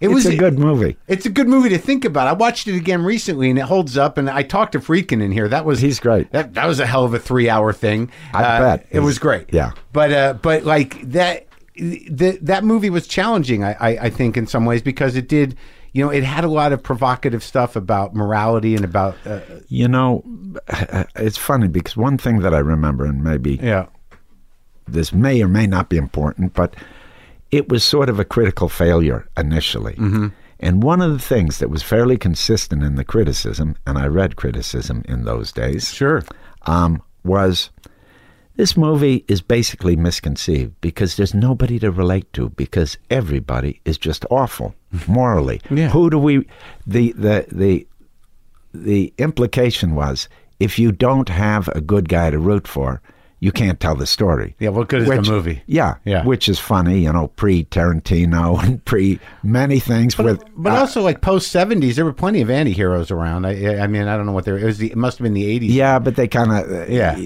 S1: It
S2: It
S1: was-
S2: was a good movie.
S1: It's a good movie to think about. I watched it again recently and it holds up. And I talked to Friedkin in here. That was
S2: He's great.
S1: That that was a hell of a three hour thing.
S2: I
S1: Uh,
S2: bet.
S1: it was great.
S2: Yeah.
S1: but uh, but like that. The, that movie was challenging, I, I, I think, in some ways because it did, you know, it had a lot of provocative stuff about morality and about, uh,
S2: You know, it's funny because one thing that I remember, and maybe
S1: yeah,
S2: this may or may not be important, but it was sort of a critical failure initially.
S1: Mm-hmm.
S2: And one of the things that was fairly consistent in the criticism, and I read criticism in those days,
S1: sure,
S2: um, was this movie is basically misconceived because there's nobody to relate to because everybody is just awful morally.
S1: Yeah.
S2: Who do we? The the the the implication was if you don't have a good guy to root for, you can't tell the story.
S1: yeah. What good is
S2: Which-
S1: the movie?
S2: Yeah,
S1: Yeah.
S2: which is funny, you know, pre Tarantino and pre many things with
S1: But
S2: uh,
S1: also, like post seventies, there were plenty of anti-heroes around. I, I mean, I don't know what they were. It was the, it must have been the eighties.
S2: yeah, but they kind of
S1: Yeah.
S2: uh,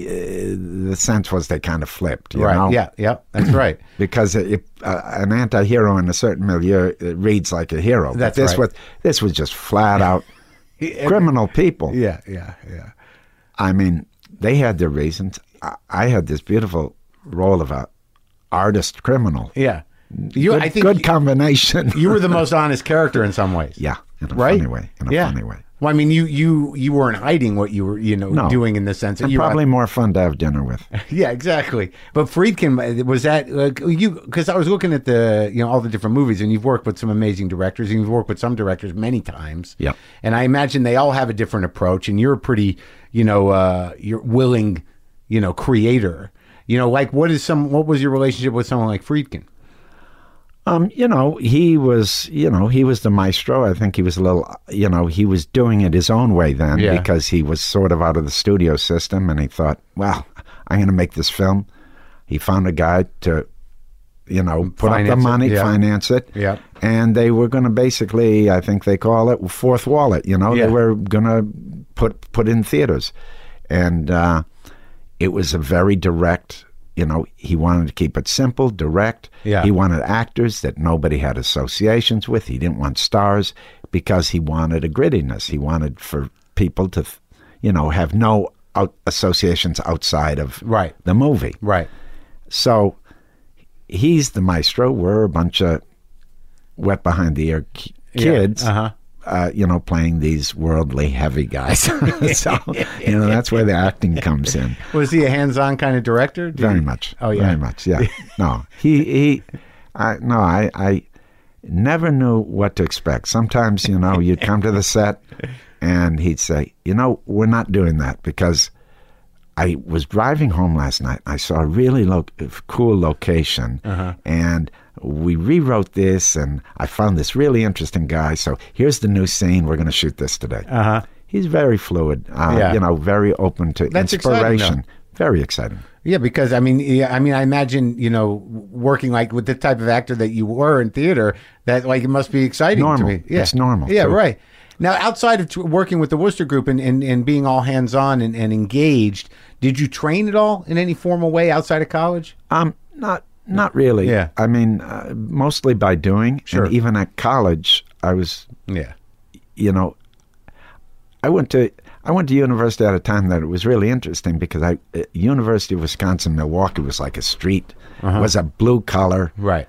S2: the sense was they kind of flipped, you
S1: right.
S2: know?
S1: Yeah, yeah, that's right.
S2: because it, it, uh, an anti-hero in a certain milieu it reads like a hero. But
S1: That's
S2: this
S1: right.
S2: was this was just flat out criminal people.
S1: Yeah, yeah, yeah.
S2: I mean, they had their reasons. I, I had this beautiful role of a artist criminal.
S1: Yeah. You,
S2: Good,
S1: I think
S2: good
S1: you,
S2: combination.
S1: you were the most honest character in some ways.
S2: yeah, in a
S1: Right?
S2: funny way. In a
S1: yeah.
S2: funny way.
S1: Well, I mean, you you you weren't hiding what you were, you know,
S2: No.
S1: doing in the sense that
S2: And
S1: you were-
S2: probably more fun to have dinner with.
S1: yeah, exactly. But Friedkin uh, was that like you because I was looking at the you know all the different movies and you've worked with some amazing directors and you've worked with some directors many times.
S2: Yep.
S1: and I imagine they all have a different approach. And you're a pretty you know uh, you're willing you know creator. You know, like what is some what was your relationship with someone like Friedkin?
S2: Um, you know, he was, you know, he was the maestro. I think he was a little, you know, he was doing it his own way then
S1: Yeah.
S2: because he was sort of out of the studio system and he thought, well, I'm going to make this film. He found a guy to, you know, put up
S1: Finance it,
S2: the money,
S1: yeah.
S2: finance it.
S1: Yeah.
S2: And they were going to basically, I think they call it fourth wallet, you know,
S1: Yeah.
S2: they were going to put, put in theaters. And, uh, it was a very direct you know he wanted to keep it simple direct
S1: Yeah.
S2: he wanted actors that nobody had associations with he didn't want stars because he wanted a grittiness he wanted for people to you know have no out- associations outside of
S1: Right.
S2: the movie
S1: Right.
S2: so he's the maestro we're a bunch of wet behind the ear ki- kids
S1: Uh-huh.
S2: uh, you know, playing these worldly heavy guys. so, you know, that's where the acting comes in.
S1: Was he a hands-on kind of director? Did
S2: Very
S1: he-
S2: much.
S1: Oh, yeah.
S2: Very much. Yeah. No. He he. I no. I I never knew what to expect. Sometimes you know you'd come to the set, and he'd say, you know, we're not doing that because I was driving home last night. And I saw a really lo- cool location,
S1: Uh-huh.
S2: and we rewrote this, and I found this really interesting guy. So here's the new scene. We're going to shoot this today.
S1: Uh-huh.
S2: He's very fluid. Uh,
S1: Yeah.
S2: You know, very open to
S1: That's exciting, though.
S2: inspiration. very exciting.
S1: Yeah, because I mean, yeah, I mean, I imagine you know working like with the type of actor that you were in theater. That like it must be exciting.
S2: Normal.
S1: To me. Yeah.
S2: It's normal,
S1: Yeah,
S2: too.
S1: right. Now, outside of t- working with the Worcester Group and, and, and being all hands on and, and engaged, did you train at all in any formal way outside of college?
S2: Um, not not really.
S1: Yeah.
S2: I mean, uh, mostly by doing.
S1: Sure.
S2: And even at college, I was,
S1: Yeah.
S2: you know, I went to I went to university at a time that it was really interesting because I uh, University of Wisconsin Milwaukee was like a street,
S1: Uh-huh.
S2: was a blue collar
S1: Right.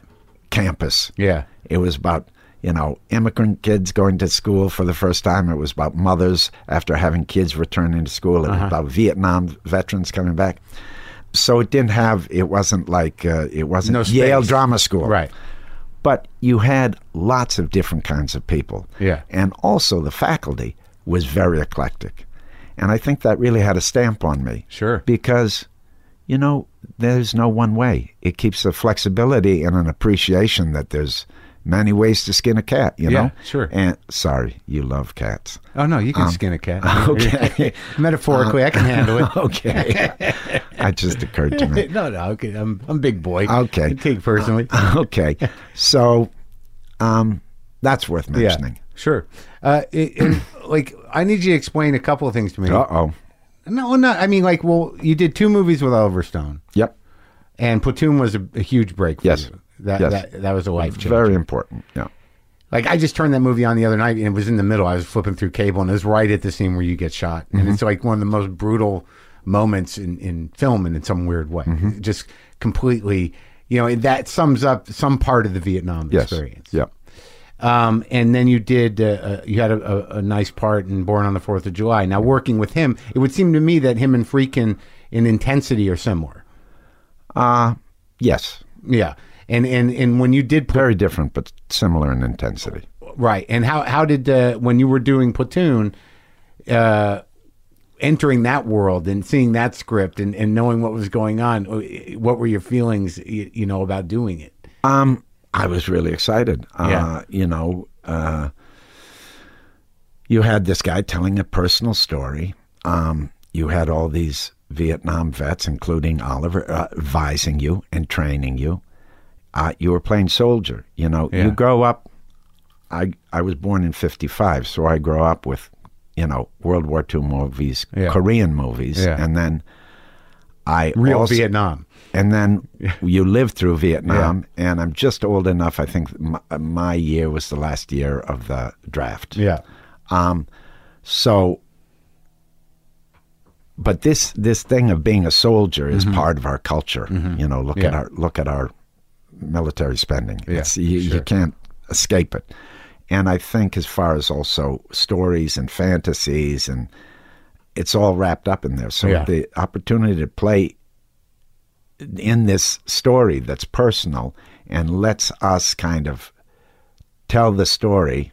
S2: campus.
S1: Yeah.
S2: It was about, you know, immigrant kids going to school for the first time. It was about mothers after having kids returning to school. It
S1: Uh-huh.
S2: was about Vietnam veterans coming back. So it didn't have, it wasn't like, uh, it wasn't
S1: No
S2: Yale
S1: space.
S2: Drama School.
S1: Right.
S2: But you had lots of different kinds of people.
S1: Yeah.
S2: And also the faculty was very eclectic. And I think that really had a stamp on me.
S1: Sure.
S2: Because, you know, there's no one way. It keeps a flexibility and an appreciation that there's many ways to skin a cat, you
S1: Yeah,
S2: know?
S1: sure.
S2: And sorry, you love cats.
S1: Oh no, you can skin a cat.
S2: Um, Okay.
S1: Metaphorically, I can handle it.
S2: okay. I just occurred to me.
S1: no, no, okay. I'm I'm big boy.
S2: Okay.
S1: Take it personally.
S2: Okay. So um, that's worth mentioning.
S1: Sure. Uh, it, and like, I need you to explain a couple of things to me.
S2: Uh oh.
S1: No, no. I mean, like, well, you did two movies with Oliver Stone,
S2: Yep.
S1: and Platoon was a, a huge break. For
S2: Yes.
S1: you. That,
S2: Yes.
S1: that that was a life change.
S2: Very important. Yeah.
S1: Like, I just turned that movie on the other night, and it was in the middle. I was flipping through cable, and it was right at the scene where you get shot,
S2: Mm-hmm.
S1: and it's like one of the most brutal moments in in film, and in some weird way,
S2: Mm-hmm.
S1: just completely. You know, and that sums up some part of the Vietnam
S2: Yes.
S1: experience.
S2: Yep.
S1: Um, and then you did, uh, uh, you had a, a, a nice part in Born on the Fourth of July. Now, working with him, it would seem to me that him and Freakin in intensity are similar.
S2: Yes.
S1: Yeah. And, and, and when you did, pl-
S2: Very different, but similar in intensity.
S1: right. And how, how did, uh, when you were doing Platoon, uh, entering that world and seeing that script and, and knowing what was going on, uh, what were your feelings, you, you know, about doing it?
S2: Um, I was really excited. Uh,
S1: Yeah.
S2: You know, uh, you had this guy telling a personal story. Um, you had all these Vietnam vets, including Oliver, uh, advising you and training you. Uh, you were playing soldier. You know,
S1: Yeah.
S2: you grow up. I I was born in '55, so I grow up with, you know, World War II movies,
S1: Yeah.
S2: Korean movies,
S1: Yeah.
S2: and then I
S1: Real
S2: also,
S1: Vietnam.
S2: and then you lived through Vietnam, and I'm just old enough. I think my, my year was the last year of the draft. Um,
S1: Yeah.
S2: So, but this this thing of being a soldier is part of our culture. You know, look
S1: Mm-hmm.
S2: at
S1: Yeah.
S2: our look at our military spending. It's,
S1: Yeah,
S2: you,
S1: sure.
S2: you can't escape it. And I think as far as also stories and fantasies and it's all wrapped up in there. So
S1: Yeah.
S2: the opportunity to play in this story that's personal and lets us kind of tell the story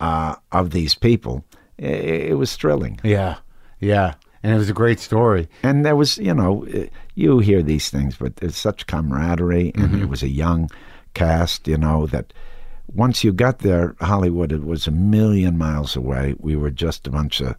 S2: uh, of these people, i- it was thrilling.
S1: Yeah. Yeah. And it was a great story.
S2: And there was, you know, eh, you hear these things, but there's such camaraderie, and
S1: Mm-hmm.
S2: it was a young cast, you know, that once you got there, Hollywood, it was a million miles away. We were just a bunch of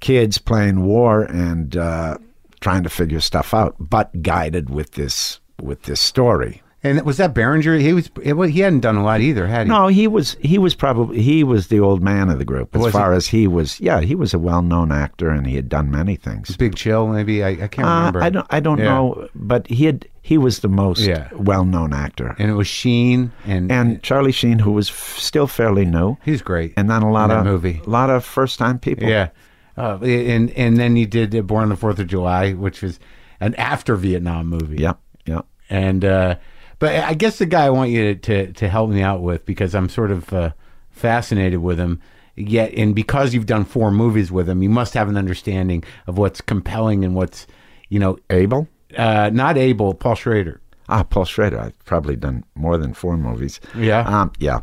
S2: kids playing war and uh, trying to figure stuff out, but guided with this with this story.
S1: And was that Behringer? He was. He hadn't done a lot either, had he?
S2: No, he was he was probably he was the old man of the group as
S1: Was he?
S2: far as he was. Yeah, he was a well known actor, and he had done many things.
S1: Big Chill, maybe. I, I can't
S2: Uh,
S1: remember.
S2: I don't. I don't
S1: Yeah.
S2: know, but he had. He was the most
S1: Yeah.
S2: well-known actor,
S1: And it was Sheen, and,
S2: and Charlie Sheen, who was f- still fairly new,
S1: he's great.
S2: and then a lot
S1: in that
S2: of
S1: movie.
S2: a lot of first-time people.
S1: yeah, uh, and and then you did uh, Born on the Fourth of July, which was an after Vietnam movie.
S2: yeah, yeah.
S1: And uh, but I guess the guy I want you to, to to help me out with because I'm sort of uh, fascinated with him. Yet, and because you've done four movies with him, you must have an understanding of what's compelling and what's, you know,
S2: Abel,
S1: uh, not able. Paul Schrader.
S2: ah, Paul Schrader. I've probably done more than four movies.
S1: Yeah.
S2: um, yeah.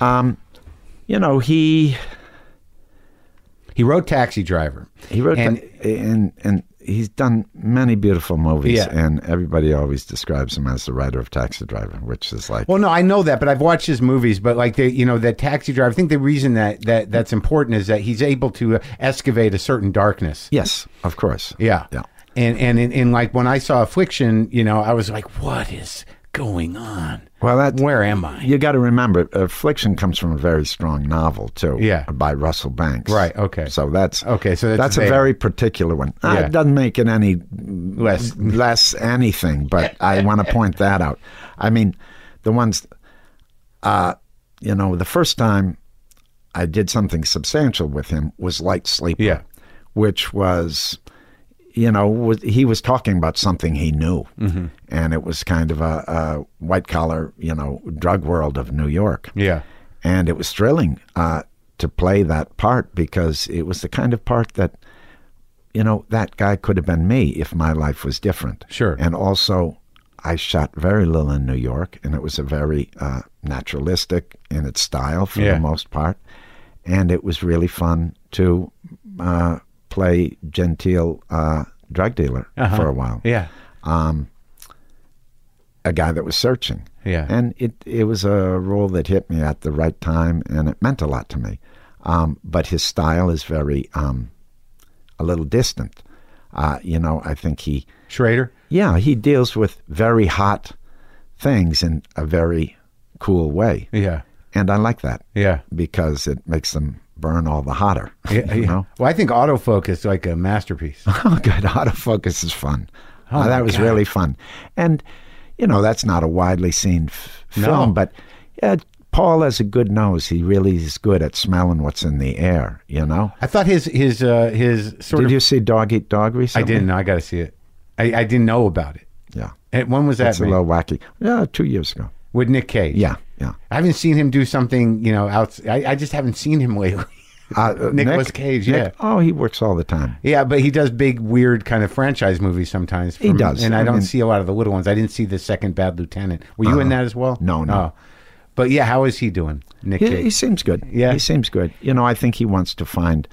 S2: Um, you know he
S1: He wrote Taxi Driver.
S2: he wrote
S1: And-
S2: and and, and he's done many beautiful movies,
S1: Yeah.
S2: and everybody always describes him as the writer of Taxi Driver, which is like
S1: Well, no, I know that, but I've watched his movies. But like the, you know, the taxi driver. I think the reason that, that that's important is that he's able to uh, excavate a certain darkness.
S2: yes, of course,
S1: Yeah,
S2: yeah.
S1: And and in, in like when I saw Affliction, you know, I was like, what is going on?
S2: Well, that
S1: Where am I?
S2: You got to remember, Affliction comes from a very strong novel too.
S1: Yeah.
S2: by Russell Banks.
S1: Right, okay.
S2: So that's
S1: Okay, so that's
S2: that's, a
S1: there.
S2: very particular one. Ah,
S1: Yeah.
S2: It doesn't make it any
S1: Less.
S2: less anything, but I want to point that out. I mean, the ones, uh, you know, the first time I did something substantial with him was Light Sleeper,
S1: Yeah.
S2: which was, you know, was, he was talking about something he knew, and it was kind of a, a white collar, you know, drug world of New York,
S1: Yeah.
S2: and it was thrilling uh, to play that part because it was the kind of part that, you know, that guy could have been me if my life was different.
S1: Sure.
S2: And also, I shot very little in New York, and it was a very uh, naturalistic in its style for
S1: Yeah.
S2: the most part. And it was really fun to uh, play genteel uh, drug dealer for a
S1: Uh-huh.
S2: while,
S1: Yeah.
S2: a guy that was searching.
S1: Yeah.
S2: And it, it was a role that hit me at the right time, and it meant a lot to me. Um, but his style is very, um, a little distant. Uh, you know, I think he.
S1: Schrader.
S2: Yeah, he deals with very hot things in a very cool way.
S1: Yeah.
S2: And I like that
S1: Yeah.
S2: because it makes them burn all the hotter.
S1: Yeah,
S2: you
S1: yeah.
S2: know?
S1: Well, I think autofocus is like a masterpiece.
S2: Oh, good. Autofocus is fun.
S1: Oh,
S2: Uh,
S1: my
S2: that was
S1: God.
S2: really fun. And, you know, that's not a widely seen f-
S1: No.
S2: film, but uh, Paul has a good nose. He really is good at smelling what's in the air, you know?
S1: I thought his his uh, his sort
S2: Did
S1: of.
S2: you see Dog Eat Dog
S1: I
S2: recently?
S1: didn't. I got to see it. I, I didn't know about it.
S2: Yeah.
S1: And when was that?
S2: That's a
S1: made?
S2: little wacky. Yeah, two years ago.
S1: With Nick Cage.
S2: Yeah, yeah.
S1: I haven't seen him do something. You know, out. I, I just haven't seen him lately.
S2: Uh,
S1: Nicolas Cage, yeah.
S2: Oh, he works all the time.
S1: yeah, but he does big, weird kind of franchise movies sometimes.
S2: He does.
S1: and I,
S2: I
S1: don't
S2: mean- Uh-huh.
S1: see a lot of the little ones. I didn't see the second Bad Lieutenant. Were you in that as well?
S2: No, no.
S1: Oh. But yeah, how is he doing, Nick
S2: He,
S1: Cage?
S2: he seems good.
S1: Yeah.
S2: he seems good. You know, I think he wants to find.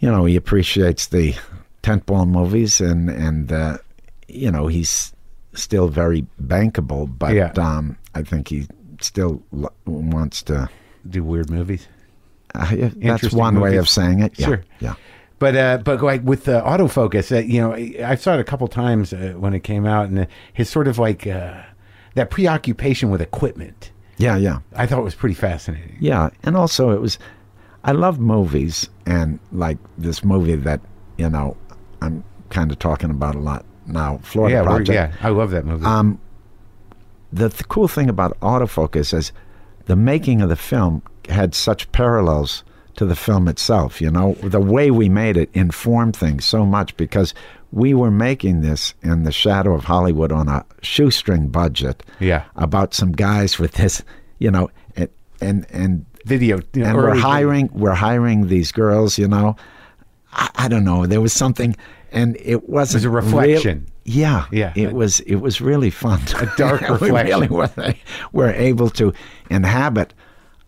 S2: You know, he appreciates the tentpole movies, and and uh, you know he's still very bankable, but
S1: Yeah.
S2: um, I think he still lo- wants to.
S1: do weird movies.
S2: Uh, that's
S1: Interesting
S2: one way
S1: movies.
S2: of saying it. Yeah,
S1: Sure.
S2: yeah.
S1: But uh, but like with the autofocus, uh, you know, I I saw it a couple times uh, when it came out, and uh, his sort of like uh, that preoccupation with equipment,
S2: Yeah, yeah.
S1: I thought was pretty fascinating.
S2: Yeah, and also it was, I love movies, and like this movie that you know I'm kind of talking about a lot now, Florida
S1: yeah, we're-
S2: Project.
S1: yeah, I love that movie.
S2: Um, the, the cool thing about autofocus is the making of the film had such parallels to the film itself. You know, the way we made it informed things so much because we were making this in the shadow of Hollywood on a shoestring budget.
S1: Yeah.
S2: about some guys with this, you know, and and and
S1: video, you know,
S2: and
S1: early
S2: we're
S1: video.
S2: hiring we're hiring these girls you know I, I don't know there was something and it wasn't
S1: a
S2: real-
S1: reflection.
S2: yeah
S1: Yeah.
S2: it was it was really fun a
S1: dark
S2: we really
S1: reflection.
S2: were, were able to inhabit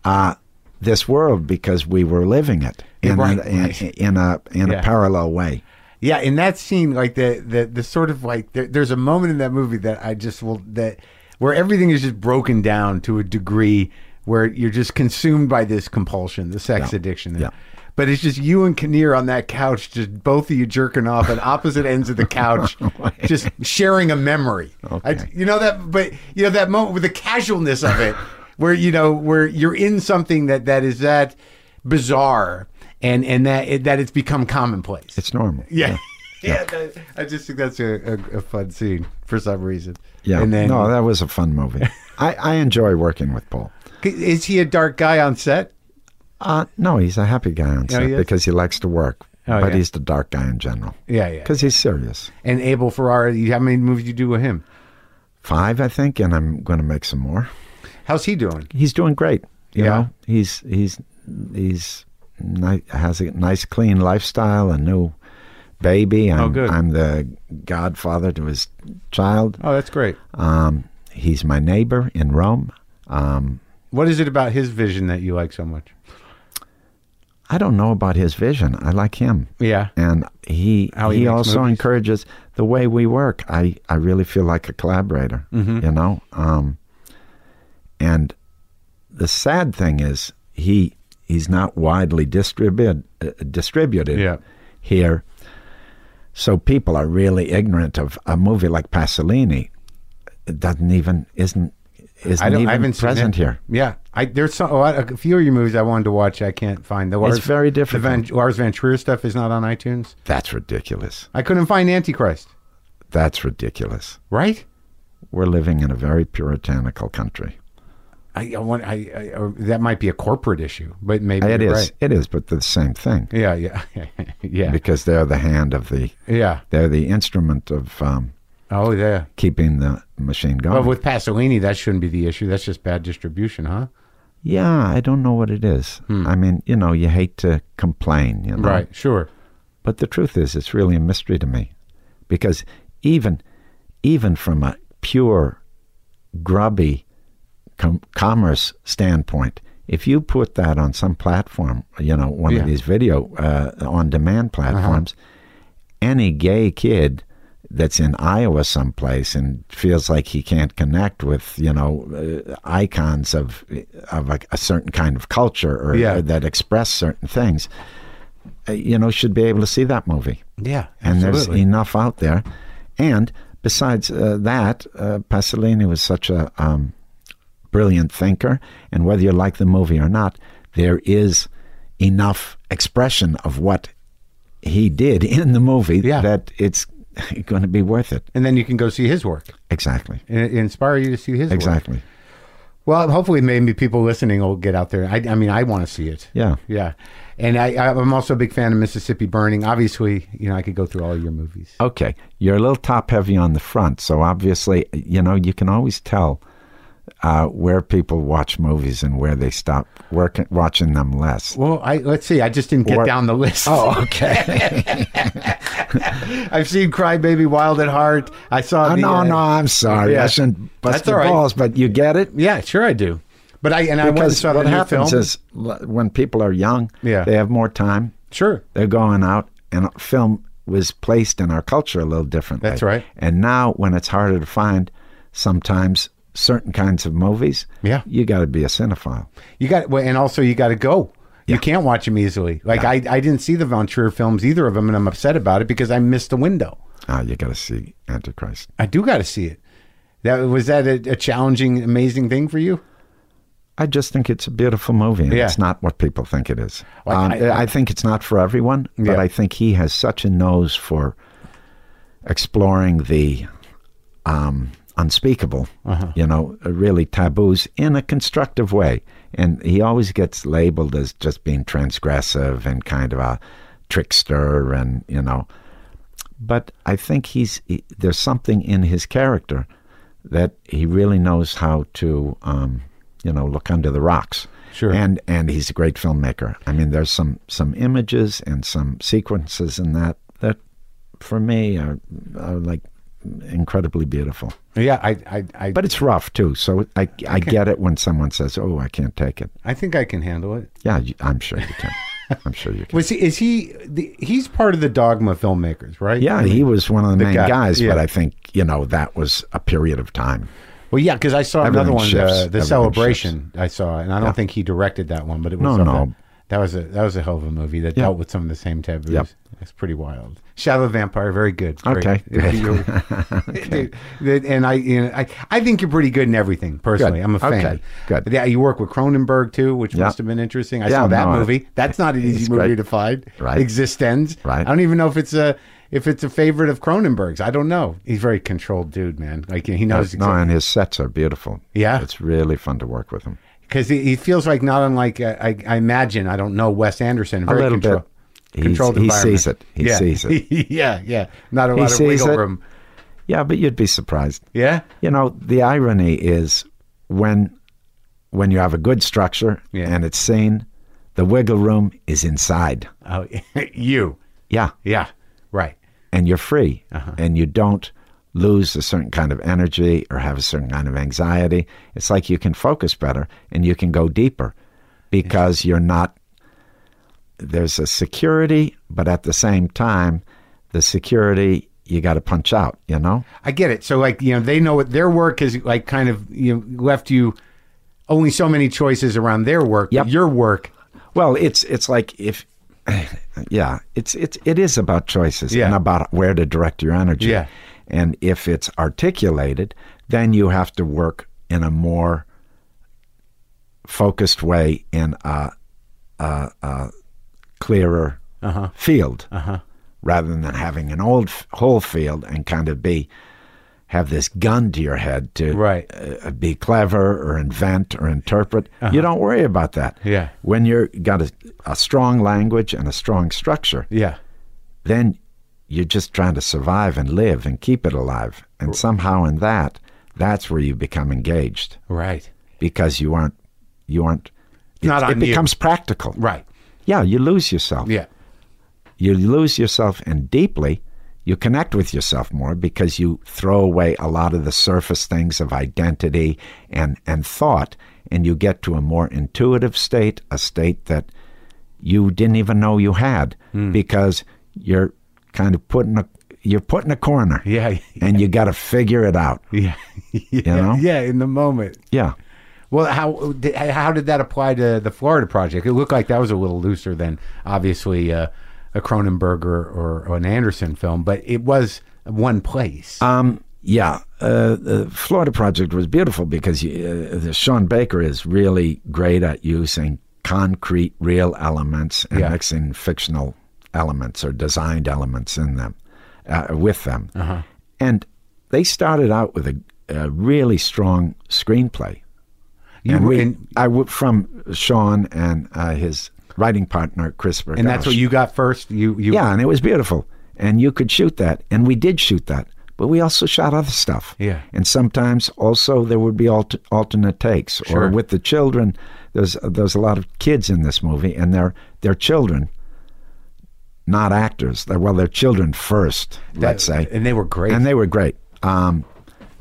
S2: uh this world because we were living it in
S1: Right,
S2: a, in,
S1: right.
S2: in a in
S1: Yeah.
S2: a parallel way
S1: Yeah, in that scene, like the the the sort of like there, there's a moment in that movie that I just will that where everything is just broken down to a degree where you're just consumed by this compulsion, the sex addiction.
S2: Yeah.
S1: But it's just you and Kinnear on that couch, just both of you jerking off at opposite ends of the couch, just sharing a memory. I,
S2: Okay.
S1: you know that, but you know that moment with the casualness of it, where you know where you're in something that that is that bizarre, and and that it, that it's become commonplace.
S2: it's normal
S1: Yeah. Yeah, that- I just think that's a, a, a fun scene for some reason.
S2: yeah
S1: and then
S2: no that was a fun movie I, I enjoy working with paul
S1: is he a dark guy on set?
S2: uh no he's a happy guy on set
S1: Oh, he is?
S2: because he likes to work
S1: Oh,
S2: but
S1: yeah.
S2: he's the dark guy in general
S1: Yeah, yeah.
S2: because he's serious
S1: And Abel Ferrara, you- how many movies you do with him?
S2: five, I think, and I'm going to make some more.
S1: How's he doing?
S2: He's doing great. You
S1: Yeah.
S2: know, he's he's he's ni- has a nice, clean lifestyle, a new baby. I'm,
S1: good.
S2: I'm the godfather to his child.
S1: Oh, that's great.
S2: Um, he's my neighbor in Rome. Um,
S1: What is it about his vision that you like so much?
S2: I don't know about his vision. I like him.
S1: Yeah.
S2: and he
S1: How he
S2: he,
S1: makes
S2: also
S1: movies.
S2: encourages the way we work. I I really feel like a collaborator,
S1: Mm-hmm.
S2: you know. Um, and the sad thing is he he's not widely distributed uh, distributed
S1: Yeah.
S2: here, so people are really ignorant of a movie like Pasolini. It doesn't even isn't isn't
S1: I don't.
S2: even
S1: I haven't
S2: present
S1: seen it.
S2: here.
S1: Yeah, I there's some, a, lot, a few of your movies I wanted to watch. I can't find the. Lars,
S2: very difficult.
S1: The Van, Lars Van Trier stuff is not on iTunes.
S2: That's ridiculous.
S1: I couldn't find Antichrist.
S2: That's ridiculous.
S1: Right?
S2: We're living in a very puritanical country.
S1: I, I want. I, I or that might be a corporate issue, but maybe
S2: It
S1: you're
S2: is.
S1: Right.
S2: It is, but the same thing
S1: Yeah, yeah, yeah,
S2: because they're the hand of the
S1: yeah.
S2: they're the instrument of um,
S1: Oh, yeah.
S2: keeping the machine going.
S1: But with Pasolini, that shouldn't be the issue. That's just bad distribution, huh?
S2: yeah, I don't know what it is. I mean, you know, you hate to complain, you know.
S1: Hmm. Right. Sure.
S2: But the truth is, it's really a mystery to me, because even even from a pure grubby com- commerce standpoint, if you put that on some platform, you know, one
S1: Yeah. Uh-huh.
S2: of these video uh, on demand platforms, any gay kid that's in Iowa someplace and feels like he can't connect with you know uh, icons of of a, a certain kind of culture or,
S1: Yeah.
S2: or that express certain things, uh, you know, should be able to see that movie
S1: Yeah.
S2: and
S1: absolutely.
S2: there's enough out there. And besides uh, that, uh, Pasolini was such a um, brilliant thinker, and whether you like the movie or not, there is enough expression of what he did in the movie
S1: Yeah.
S2: that it's going to be worth it.
S1: and then you can go see his work.
S2: Exactly.
S1: And it inspire you to see his work.
S2: Exactly.
S1: Well, hopefully, maybe people listening will get out there. I, I mean, I want to see it.
S2: Yeah.
S1: Yeah. And I, I'm also a big fan of Mississippi Burning. Obviously, you know, I could go through all your movies.
S2: Okay, you're a little top heavy on the front, so obviously, you know, you can always tell uh, where people watch movies and where they stop working, watching them less.
S1: Well, I let's see. I just didn't get
S2: Or-
S1: down the list.
S2: Oh, okay.
S1: I've seen Cry Baby, Wild at Heart. I saw.
S2: oh,
S1: the,
S2: no,
S1: uh,
S2: no, I'm sorry.
S1: Yeah.
S2: I shouldn't bust
S1: That's
S2: your
S1: all right.
S2: balls, but you get it?
S1: Yeah, sure I do. But I and I went and
S2: Because
S1: saw the
S2: what
S1: new
S2: happens
S1: film.
S2: is l- when people are young,
S1: Yeah.
S2: they have more time,
S1: sure.
S2: they're going out, and film was placed in our culture a little differently.
S1: That's right.
S2: And now, when it's harder to find sometimes certain kinds of movies,
S1: Yeah.
S2: you got to be a cinephile.
S1: You got well, and also you got to go. You can't watch them easily. Like I, I didn't see the Von Trier films either of them, and I'm upset about it because I missed the window.
S2: Ah, you got to see Antichrist.
S1: I do got to see it. That was that a, a challenging, amazing thing for you?
S2: I just think it's a beautiful movie, and
S1: Yeah.
S2: it's not what people think it is.
S1: Well,
S2: um,
S1: I-
S2: I, think it's not for everyone, but
S1: Yeah.
S2: I think he has such a nose for exploring the um, unspeakable,
S1: Uh-huh.
S2: you know, uh, really taboos in a constructive way. And he always gets labeled as just being transgressive and kind of a trickster, and, you know. But I think he's he, there's something in his character that he really knows how to, um, you know, look under the rocks.
S1: Sure.
S2: And and he's a great filmmaker. I mean, there's some some images and some sequences in that that, for me, are, are like incredibly beautiful.
S1: Yeah, I, I, I,
S2: But it's rough too, so I I get it when someone says, "Oh, I can't take it."
S1: I think I can handle it.
S2: Yeah, you, I'm sure you can. I'm sure you can.
S1: Was he? Is he? The, he's part of the Dogma filmmakers, right?
S2: Yeah, he was one of the, main
S1: guy-
S2: guys,
S1: yeah.
S2: but I think you know that was a period of time.
S1: Well, yeah, because I saw another
S2: Everything
S1: one,
S2: shifts.
S1: the, the
S2: Everything
S1: celebration. I saw, and I don't think he directed that one, but it was
S2: No,
S1: something-
S2: no.
S1: That was a that was a hell of a movie that dealt with some of the same taboos.
S2: Yep.
S1: It's pretty wild. Shadow Vampire, very good. Great.
S2: Okay, good.
S1: You- Dude, that- and I, you know, I, I think you're pretty good in everything. Personally,
S2: Good.
S1: I'm a fan.
S2: Okay, good.
S1: But yeah, you work with Cronenberg too, which
S2: Yeah.
S1: must have been interesting. I
S2: Yeah,
S1: saw that
S2: no, I-
S1: movie. That's not an easy
S2: it's
S1: movie
S2: great.
S1: to find.
S2: Right.
S1: Existends.
S2: Right.
S1: I don't even know if it's a if it's a favorite of Cronenberg's. I don't know. He's a very controlled dude, man. Like he knows
S2: No, and his sets are beautiful.
S1: Yeah.
S2: it's really fun to work with him.
S1: because he, he feels like not unlike uh, I, I imagine I don't know Wes Anderson
S2: A
S1: very
S2: little
S1: control-
S2: bit.
S1: controlled
S2: He's- he
S1: environment.
S2: sees it. He
S1: yeah.
S2: sees it.
S1: yeah, yeah. Not a lot of
S2: sees
S1: wiggle
S2: it.
S1: room.
S2: Yeah, but you'd be surprised.
S1: Yeah,
S2: You know, the irony is when when you have a good structure
S1: Yeah.
S2: and it's seen, the wiggle room is inside.
S1: oh, you.
S2: Yeah,
S1: Yeah, right.
S2: and you're free, and you don't lose a certain kind of energy or have a certain kind of anxiety. It's like you can focus better and you can go deeper because you're not. There's a security, but at the same time, the security you got to punch out. You know.
S1: I get it. So like you know they know what their work has like kind of you know, left you only so many choices around their work. but
S2: Yep.
S1: Your work.
S2: Well, it's it's like if yeah, it's it's it is about choices
S1: Yeah.
S2: and about where to direct your energy.
S1: Yeah.
S2: And if it's articulated, then you have to work in a more focused way in a, a, a clearer
S1: Uh-huh.
S2: field rather than having an old f- whole field and kind of be have this gun to your head to
S1: Right.
S2: uh, be clever or invent or interpret. You don't worry about that.
S1: Uh-huh. Yeah.
S2: When you're got a, a strong language and a strong structure,
S1: Yeah.
S2: then you're just trying to survive and live and keep it alive. And somehow in that, that's where you become engaged
S1: Right.
S2: because you aren't you aren't it,
S1: not on
S2: it
S1: you.
S2: becomes practical.
S1: Right.
S2: Yeah, you lose yourself.
S1: Yeah.
S2: You lose yourself and deeply you connect with yourself more because you throw away a lot of the surface things of identity and, and thought and you get to a more intuitive state, a state that you didn't even know you had because you're kind of put in a you're put in a corner.
S1: Yeah.
S2: And you gotta figure it out.
S1: Yeah. yeah.
S2: know?
S1: Yeah. In the moment.
S2: Yeah.
S1: Well, how did, how did that apply to the Florida project? It looked like that was a little looser than obviously uh, a Cronenberg or, or an Anderson film, but it was one place.
S2: Um, yeah, uh, the Florida project was beautiful because you, uh, the Sean Baker is really great at using concrete, real elements and
S1: Yeah.
S2: mixing fictional elements or designed elements in them, uh, with them.
S1: Uh-huh.
S2: And they started out with a, a really strong screenplay.
S1: you
S2: and
S1: were
S2: we,
S1: in,
S2: I w- from Sean and uh, his writing partner Chris.
S1: and that's what you got first. You you
S2: Yeah, and it was beautiful. And you could shoot that. And we did shoot that. But we also shot other stuff.
S1: Yeah.
S2: And sometimes also there would be alt- alternate takes.
S1: Sure.
S2: Or with the children, there's there's a lot of kids in this movie, and they're, they're children, not actors. They're, well, they're children first, let's say.
S1: and they were great.
S2: And they were great. Um,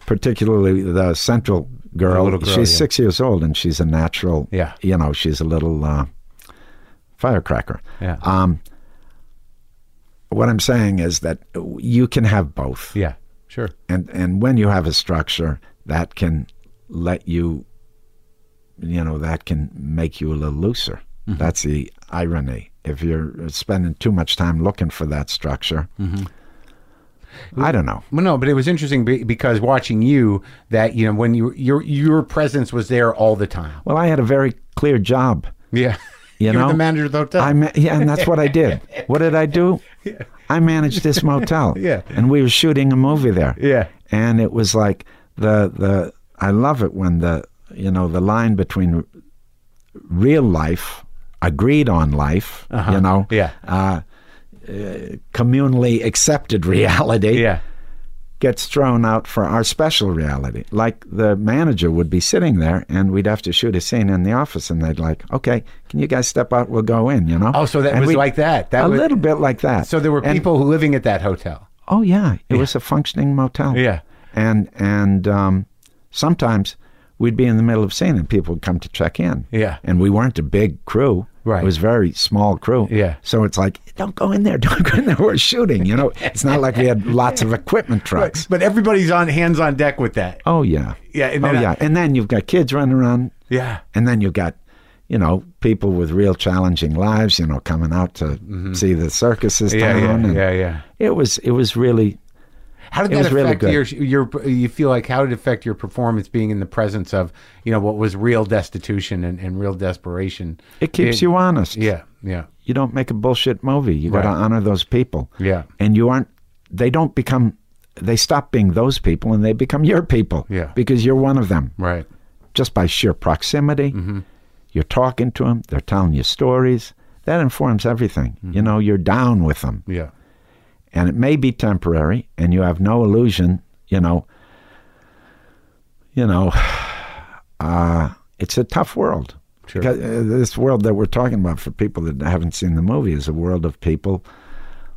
S2: particularly the central girl.
S1: little girl,
S2: she's
S1: yeah.
S2: six years old, and she's a natural.
S1: Yeah.
S2: You know, she's a little uh, firecracker.
S1: yeah.
S2: Um, what I'm saying is that you can have both,
S1: yeah. Sure.
S2: and and when you have a structure that can let you, you know, that can make you a little looser.
S1: Mm-hmm.
S2: That's the irony. If you're spending too much time looking for that structure,
S1: Mm-hmm.
S2: I don't know.
S1: Well, no, but it was interesting be- because watching you, that you know, when you your your presence was there all the time.
S2: Well, I had a very clear job.
S1: Yeah,
S2: You
S1: were
S2: know?
S1: the manager of the hotel.
S2: I ma- yeah, and that's what I did. What did I do? I managed this motel.
S1: Yeah.
S2: and we were shooting a movie there.
S1: Yeah.
S2: and it was like the the I love it when the you know the line between real life, agreed on life, you know,
S1: Uh-huh. Yeah.
S2: uh, uh, communally accepted reality
S1: yeah,
S2: gets thrown out for our special reality. Like the manager would be sitting there and we'd have to shoot a scene in the office and they'd like, okay, can you guys step out? We'll go in, you know?
S1: Oh, so that
S2: And
S1: was
S2: we-
S1: like that. That
S2: a
S1: was-
S2: little bit like that.
S1: So there were
S2: And-
S1: people who living at that hotel.
S2: Oh, yeah. It was a functioning motel.
S1: Yeah.
S2: And, and um, sometimes we'd be in the middle of scene and people would come to check in.
S1: Yeah.
S2: And we weren't a big crew.
S1: Right.
S2: It was very small crew.
S1: Yeah.
S2: So it's like, don't go in there. Don't go in there. We're shooting, you know? It's not like we had lots of equipment trucks.
S1: But everybody's on hands on deck with that.
S2: Oh yeah.
S1: Yeah, and
S2: oh
S1: then uh, I-
S2: yeah. and then you've got kids running around,
S1: Yeah,
S2: and then you've got, you know, people with real challenging lives, you know, coming out to see the circuses
S1: Mm-hmm. yeah,
S2: down.
S1: yeah,
S2: and
S1: yeah, yeah.
S2: It was it was really
S1: How did
S2: It
S1: that
S2: was really
S1: affect your your you feel like how did it affect your performance being in the presence of you know what was real destitution and, and real desperation?
S2: it keeps you honest.
S1: Yeah, yeah,
S2: You don't make a bullshit movie. You gotta
S1: Right.
S2: honor those people.
S1: Yeah.
S2: And you aren't they don't become they stop being those people and they become your people.
S1: Yeah.
S2: Because you're one of them.
S1: right.
S2: just by sheer proximity.
S1: Mm-hmm.
S2: You're talking to them, they're telling you stories. That informs everything.
S1: Mm-hmm.
S2: You know, you're down with them.
S1: Yeah,
S2: And it may be temporary, and you have no illusion, you know, you know, uh, it's a tough world.
S1: Sure.
S2: Because, uh, this world that we're talking about for people that haven't seen the movie is a world of people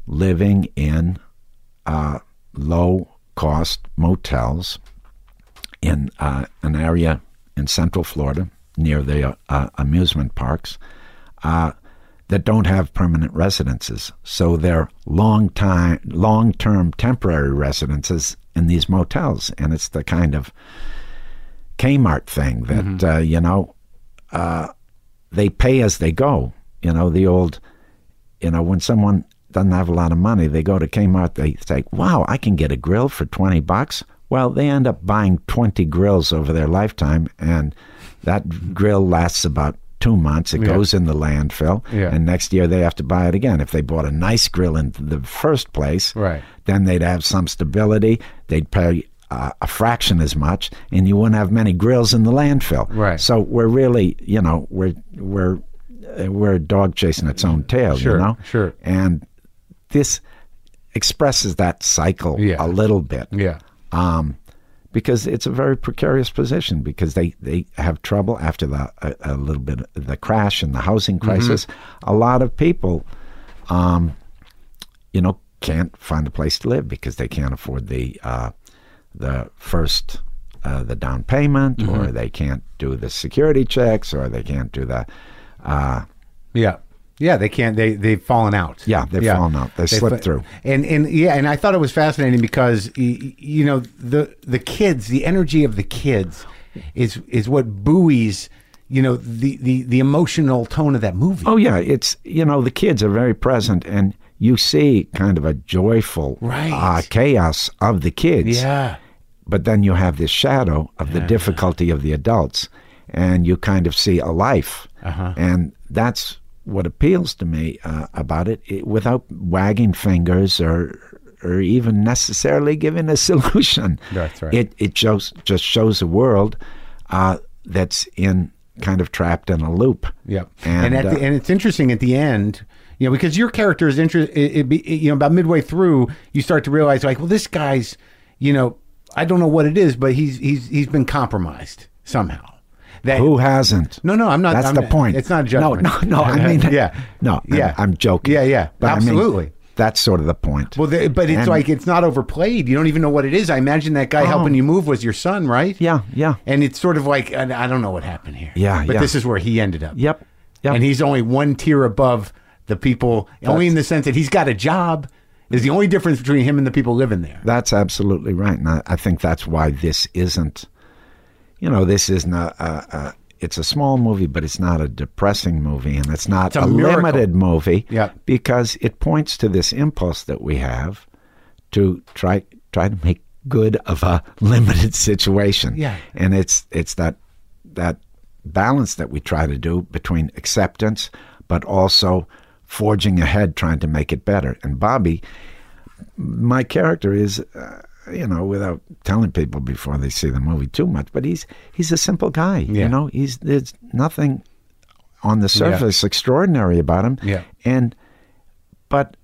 S2: living in uh, low cost motels in uh, an area in central Florida near the uh, amusement parks uh, that don't have permanent residences. So they're long time, long term temporary residences in these motels, and it's the kind of Kmart thing that uh, you know uh, they pay as they go. You know the old, you know when someone doesn't have a lot of money, they go to Kmart. They say, "Wow, I can get a grill for twenty bucks." Well, they end up buying twenty grills over their lifetime, and that grill lasts about two months. It goes in the landfill,
S1: Yeah.
S2: and next year they have to buy it again. If they bought a nice grill in the first place,
S1: Right.
S2: then they'd have some stability. They'd pay uh, a fraction as much, and you wouldn't have many grills in the landfill.
S1: Right.
S2: So we're really, you know, we're we're uh, we're a dog chasing its own tail.
S1: Sure,
S2: You know.
S1: sure.
S2: And this expresses that cycle
S1: Yeah.
S2: a little bit
S1: Yeah.
S2: um, because it's a very precarious position because they, they have trouble after the a, a little bit of the crash and the housing crisis. A lot of people, um, you know, can't find a place to live because they can't afford the uh, the first uh, the down payment, or they can't do the security checks, or they can't do the
S1: Yeah. Yeah, they can't. They they've fallen out.
S2: Yeah, they've fallen out. They
S1: They've
S2: slipped
S1: fa-
S2: through.
S1: And and yeah, and I thought it was fascinating because y- y- you know the the kids, the energy of the kids, is is what buoys you know the the the emotional tone of that movie.
S2: Oh yeah, it's you know the kids are very present, and you see kind of a joyful
S1: Right.
S2: uh, chaos of the kids.
S1: Yeah.
S2: but then you have this shadow of the difficulty of the adults, and you kind of see a life,
S1: Uh-huh.
S2: and that's what appeals to me uh, about it, it, without wagging fingers or or even necessarily giving a solution.
S1: That's right.
S2: It it shows just shows a world uh, that's in kind of trapped in a loop.
S1: Yeah, and
S2: and,
S1: at
S2: uh,
S1: the, and it's interesting at the end, you know, because your character is interested. It, it be you know about midway through, you start to realize like, well, this guy's, you know, I don't know what it is, but he's he's he's been compromised somehow. That
S2: Who hasn't?
S1: No, no, I'm not.
S2: That's
S1: I'm
S2: the
S1: not-
S2: point.
S1: It's not a judgment.
S2: No, no, no. I mean,
S1: yeah,
S2: no. I'm-
S1: yeah.
S2: I'm, joking.
S1: Yeah, yeah,
S2: I mean,
S1: absolutely.
S2: that's sort of the point.
S1: Well, they, but it's
S2: And-
S1: like it's not overplayed. You don't even know what it is. I imagine that guy helping you move was your son, right?
S2: Oh. yeah, yeah,
S1: And it's sort of like I I don't know what happened here.
S2: Yeah,
S1: But
S2: yeah.
S1: this is where he ended up.
S2: yep, yep.
S1: And he's only one tier above the people, only in the sense that he's got a job. Is the only difference between him and the people living there.
S2: that's absolutely right, and I, I think that's why this isn't. You know, this isn't a. a, a it's a small movie, but it's not a depressing movie, and it's not
S1: a
S2: a,
S1: miracle.
S2: limited movie.
S1: Yep.
S2: because it points to this impulse that we have to try try to make good of a limited situation.
S1: Yeah.
S2: and it's it's that that balance that we try to do between acceptance, but also forging ahead, trying to make it better. And Bobby, my character is. Uh, you know, without telling people before they see the movie too much, but he's he's a simple guy.
S1: Yeah.
S2: You know, he's there's nothing on the surface extraordinary about him.
S1: Yeah.
S2: And but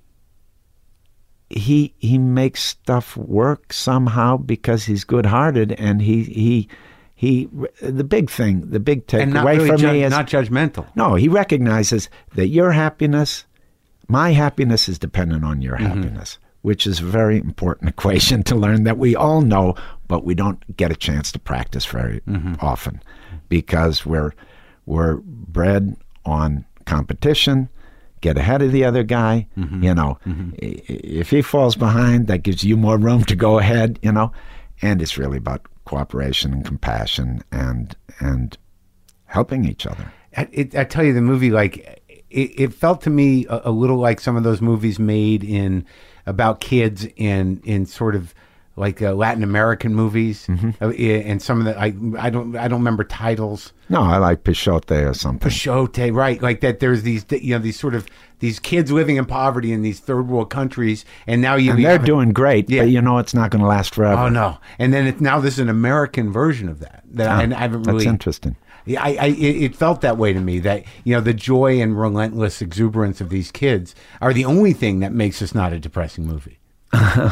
S2: he he makes stuff work somehow because he's good-hearted and he he he the big thing, the big
S1: And not
S2: takeaway
S1: really
S2: from
S1: ju-
S2: me is
S1: not judgmental.
S2: no, he recognizes that your happiness, my happiness is dependent on your happiness, which is a very important equation to learn that we all know, but we don't get a chance to practice very often because we're we're bred on competition, get ahead of the other guy, you know. I- i- If he falls behind, that gives you more room to go ahead, you know. And it's really about cooperation and compassion and and helping each other.
S1: I, it, I tell you, the movie like it, it felt to me a, a little like some of those movies made in about kids in in sort of like uh, Latin American movies, Uh, i- and some of the I I don't I don't remember titles.
S2: No, I like Pichote or something.
S1: Shote, right? Like that. There's these you know these sort of these kids living in poverty in these third world countries, and now you
S2: and they're
S1: have-
S2: doing great,
S1: Yeah.
S2: but you know it's not going to last forever.
S1: Oh no! And then it, now there's an American version of that that I, and I haven't
S2: That's
S1: really
S2: interesting.
S1: Yeah, I, I it it felt that way to me that you know the joy and relentless exuberance of these kids are the only thing that makes this not a depressing movie.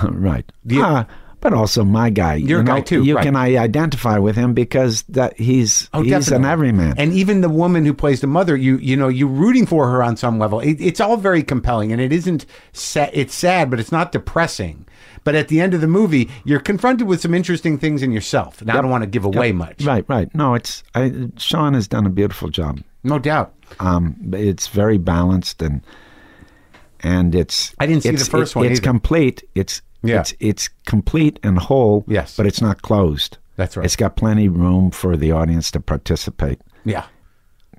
S2: right. Ah, but also my guy.
S1: Your
S2: you know,
S1: guy too,
S2: You
S1: right. Oh,
S2: can I identify with him because that he's he's
S1: definitely.
S2: an everyman.
S1: And even the woman who plays the mother, you you know, you're rooting for her on some level. It, it's all very compelling, and it isn't. Sa- it's sad, but it's not depressing. But at the end of the movie, you're confronted with some interesting things in yourself, and I don't want to give away much.
S2: right, right. No, it's I, Sean has done a beautiful job.
S1: No doubt.
S2: Um, it's very balanced and and it's
S1: I didn't see
S2: it's-
S1: the first
S2: it-
S1: one
S2: It's
S1: either.
S2: complete. It's
S1: Yeah.
S2: it's it's complete and whole.
S1: Yes.
S2: but it's not closed.
S1: That's right.
S2: It's got plenty of room for the audience to participate.
S1: Yeah.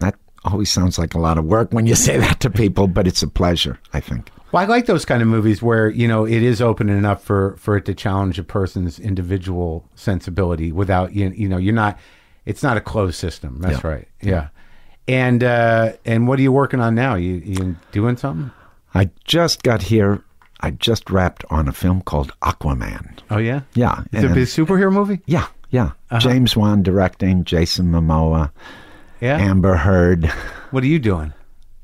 S2: That always sounds like a lot of work when you say that to people, but it's a pleasure, I think.
S1: Well, I like those kind of movies where you know it is open enough for for it to challenge a person's individual sensibility without you you know you're not it's not a closed system. That's
S2: Yeah.
S1: right. Yeah. And uh, and what are you working on now? You you doing something?
S2: I just got here. I just wrapped on a film called Aquaman.
S1: Oh yeah.
S2: Yeah,
S1: It's a
S2: and-
S1: big superhero movie.
S2: yeah, yeah. James Wan directing, Jason Momoa,
S1: Yeah.
S2: Amber Heard,
S1: What are you doing?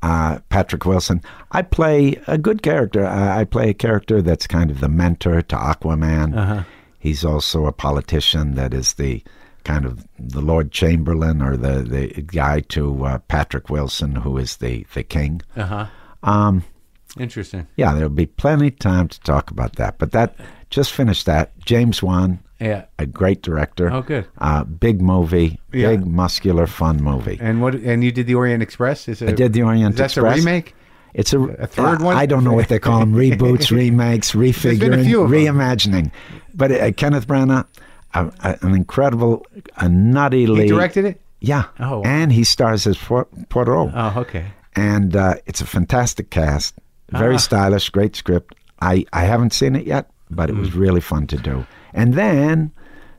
S2: uh, Patrick Wilson. I play a good character. I, I play a character that's kind of the mentor to Aquaman. He's also a politician that is the kind of the Lord Chamberlain or the, the guy to uh, Patrick Wilson, who is the, the king.
S1: Uh huh.
S2: Um,
S1: Interesting.
S2: yeah, there'll be plenty of time to talk about that. But that just finished that. James Wan,
S1: Yeah.
S2: a great director.
S1: Oh, good.
S2: Uh, big movie,
S1: Yeah.
S2: big muscular fun movie.
S1: And what? And you did the Orient Express? Is it?
S2: I did the Orient
S1: That's
S2: Express.
S1: a remake.
S2: It's a,
S1: third
S2: uh,
S1: one?
S2: I don't know what they call them: reboots, remakes,
S1: been a
S2: refiguring,
S1: few of them.
S2: reimagining. But uh, Kenneth Branagh, uh, uh, an incredible, a nutty
S1: He directed it.
S2: Yeah.
S1: Oh, wow.
S2: And he stars as Poir- Poirot.
S1: Oh, okay.
S2: and uh, it's a fantastic cast.
S1: Ah.
S2: Very stylish, great script. I, I haven't seen it yet, but it
S1: Mm.
S2: was really fun to do. And then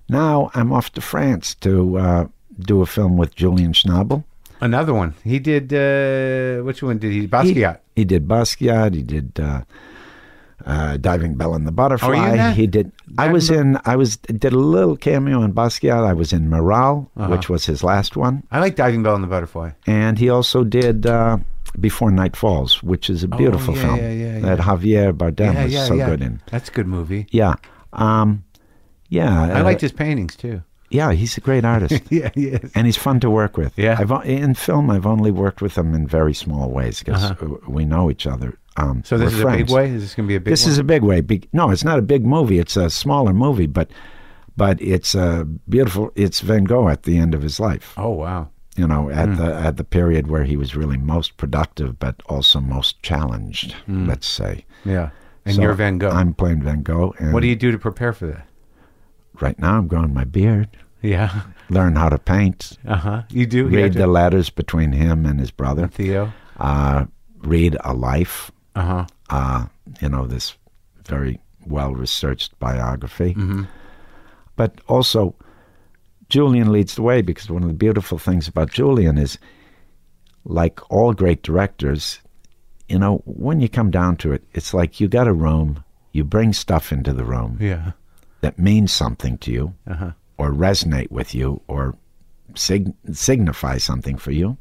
S2: now I'm off to France to uh, do a film with Julian Schnabel.
S1: Another one. He did. Uh, which one did he? Basquiat.
S2: He did Basquiat. He did uh, uh, Diving Bell and the Butterfly.
S1: in that?
S2: He did. I
S1: Oh, Diving
S2: was
S1: Bell-
S2: in. I was did a little cameo in Basquiat. I was in Morale,
S1: Uh-huh.
S2: which was his last one,
S1: I like Diving Bell and the Butterfly.
S2: and he also did. Uh, before Night Falls, which is a beautiful
S1: Oh, yeah,
S2: film
S1: yeah, yeah,
S2: that Javier Bardem was so good in.
S1: That's a good movie.
S2: Yeah, um, yeah.
S1: I
S2: uh,
S1: liked his paintings too.
S2: Yeah, he's a great artist,
S1: Yeah, yes.
S2: and he's fun to work with.
S1: Yeah.
S2: I've, o- in film, I've only worked with him in very small ways because we know each other. Um,
S1: Uh-huh. So this
S2: we're
S1: is a big
S2: friends.
S1: way. Is this going to be a big?
S2: This is a big way. Big, no, it's not a big movie. It's a smaller movie, but but it's a beautiful. It's Van Gogh at the end of his life.
S1: Oh wow.
S2: You know, at
S1: Hmm.
S2: the at the period where he was really most productive, but also most challenged.
S1: Hmm.
S2: Let's say.
S1: Yeah. And
S2: So
S1: you're Van Gogh.
S2: I'm playing Van Gogh. And
S1: what do you do to prepare for that?
S2: right now? I'm growing my beard.
S1: Yeah.
S2: learn how to paint,
S1: Uh huh. You do. You have
S2: read
S1: to-
S2: the letters between him and his brother,
S1: Theo.
S2: uh, read a life,
S1: Uh huh.
S2: uh, you know, this very well researched biography. But also, Julian leads the way because one of the beautiful things about Julian is, like all great directors, you know, when you come down to it, it's like you got a room, you bring stuff into the room
S1: Yeah.
S2: that means something to you
S1: Uh huh.
S2: or resonate with you or sig- signify something for you.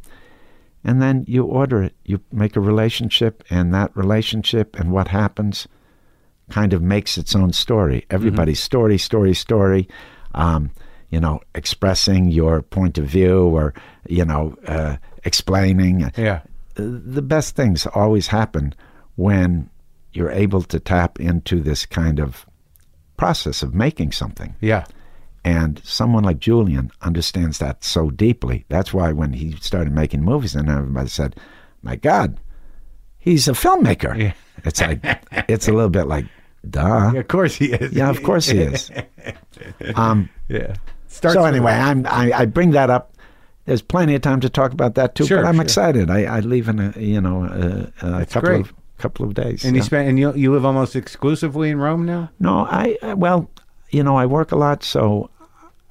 S2: And then you order it. You make a relationship, and that relationship and what happens kind of makes its own story. Everybody's story, story, story. Um, you know, expressing your point of view or, you know, uh, explaining uh,
S1: Yeah.
S2: the best things always happen when you're able to tap into this kind of process of making something.
S1: Yeah.
S2: And someone like Julian understands that so deeply. That's why when he started making movies, and everybody said, "My God, he's a filmmaker."
S1: Yeah.
S2: It's like it's a little bit like, "Duh."
S1: Of course he is.
S2: Yeah, of course he is. Um,
S1: Yeah. Starts
S2: so
S1: with-
S2: anyway, I'm, I, I bring that up. There's plenty of time to talk about that too.
S1: Sure,
S2: but I'm
S1: sure.
S2: excited. I, I leave in a you know a, a couple
S1: great.
S2: of couple of days.
S1: And
S2: yeah.
S1: you spend and you you live almost exclusively in Rome now.
S2: no, I I- well, you know, I work a lot, so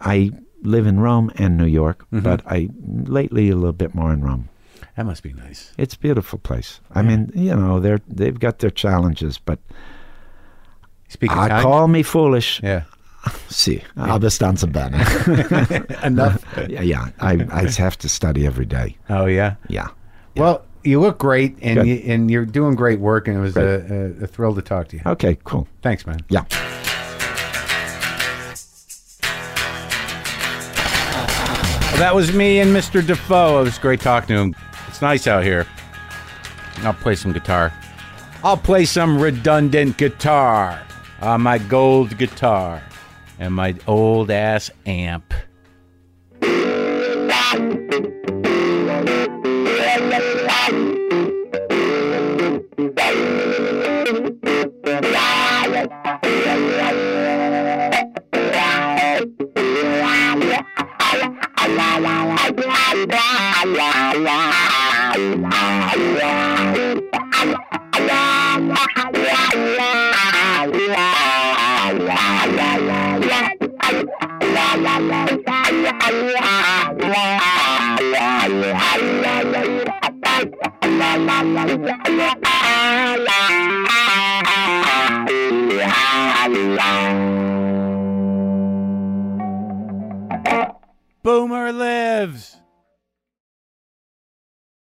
S2: I live in Rome and New York,
S1: Mm-hmm.
S2: but I lately a little bit more in Rome.
S1: That must be nice.
S2: It's a beautiful place. I mean, you know, they're they've got their challenges, but
S1: Speaking of
S2: I
S1: time-
S2: call me foolish.
S1: Yeah.
S2: See, abbastanza bene.
S1: Enough.
S2: yeah, yeah. I I have to study every day.
S1: oh yeah.
S2: Yeah.
S1: Well, you look great, and
S2: Good.
S1: you, and you're doing great work, and it was
S2: Great.
S1: a, a, a thrill to talk to you.
S2: Okay. Cool.
S1: Thanks, man.
S2: Yeah.
S1: Well, that was me and Mr. Defoe. It was great talking to him. It's nice out here. I'll play some guitar. I'll play some redundant guitar on my gold guitar and my old ass amp.
S3: Yeah.
S1: Boomer Live.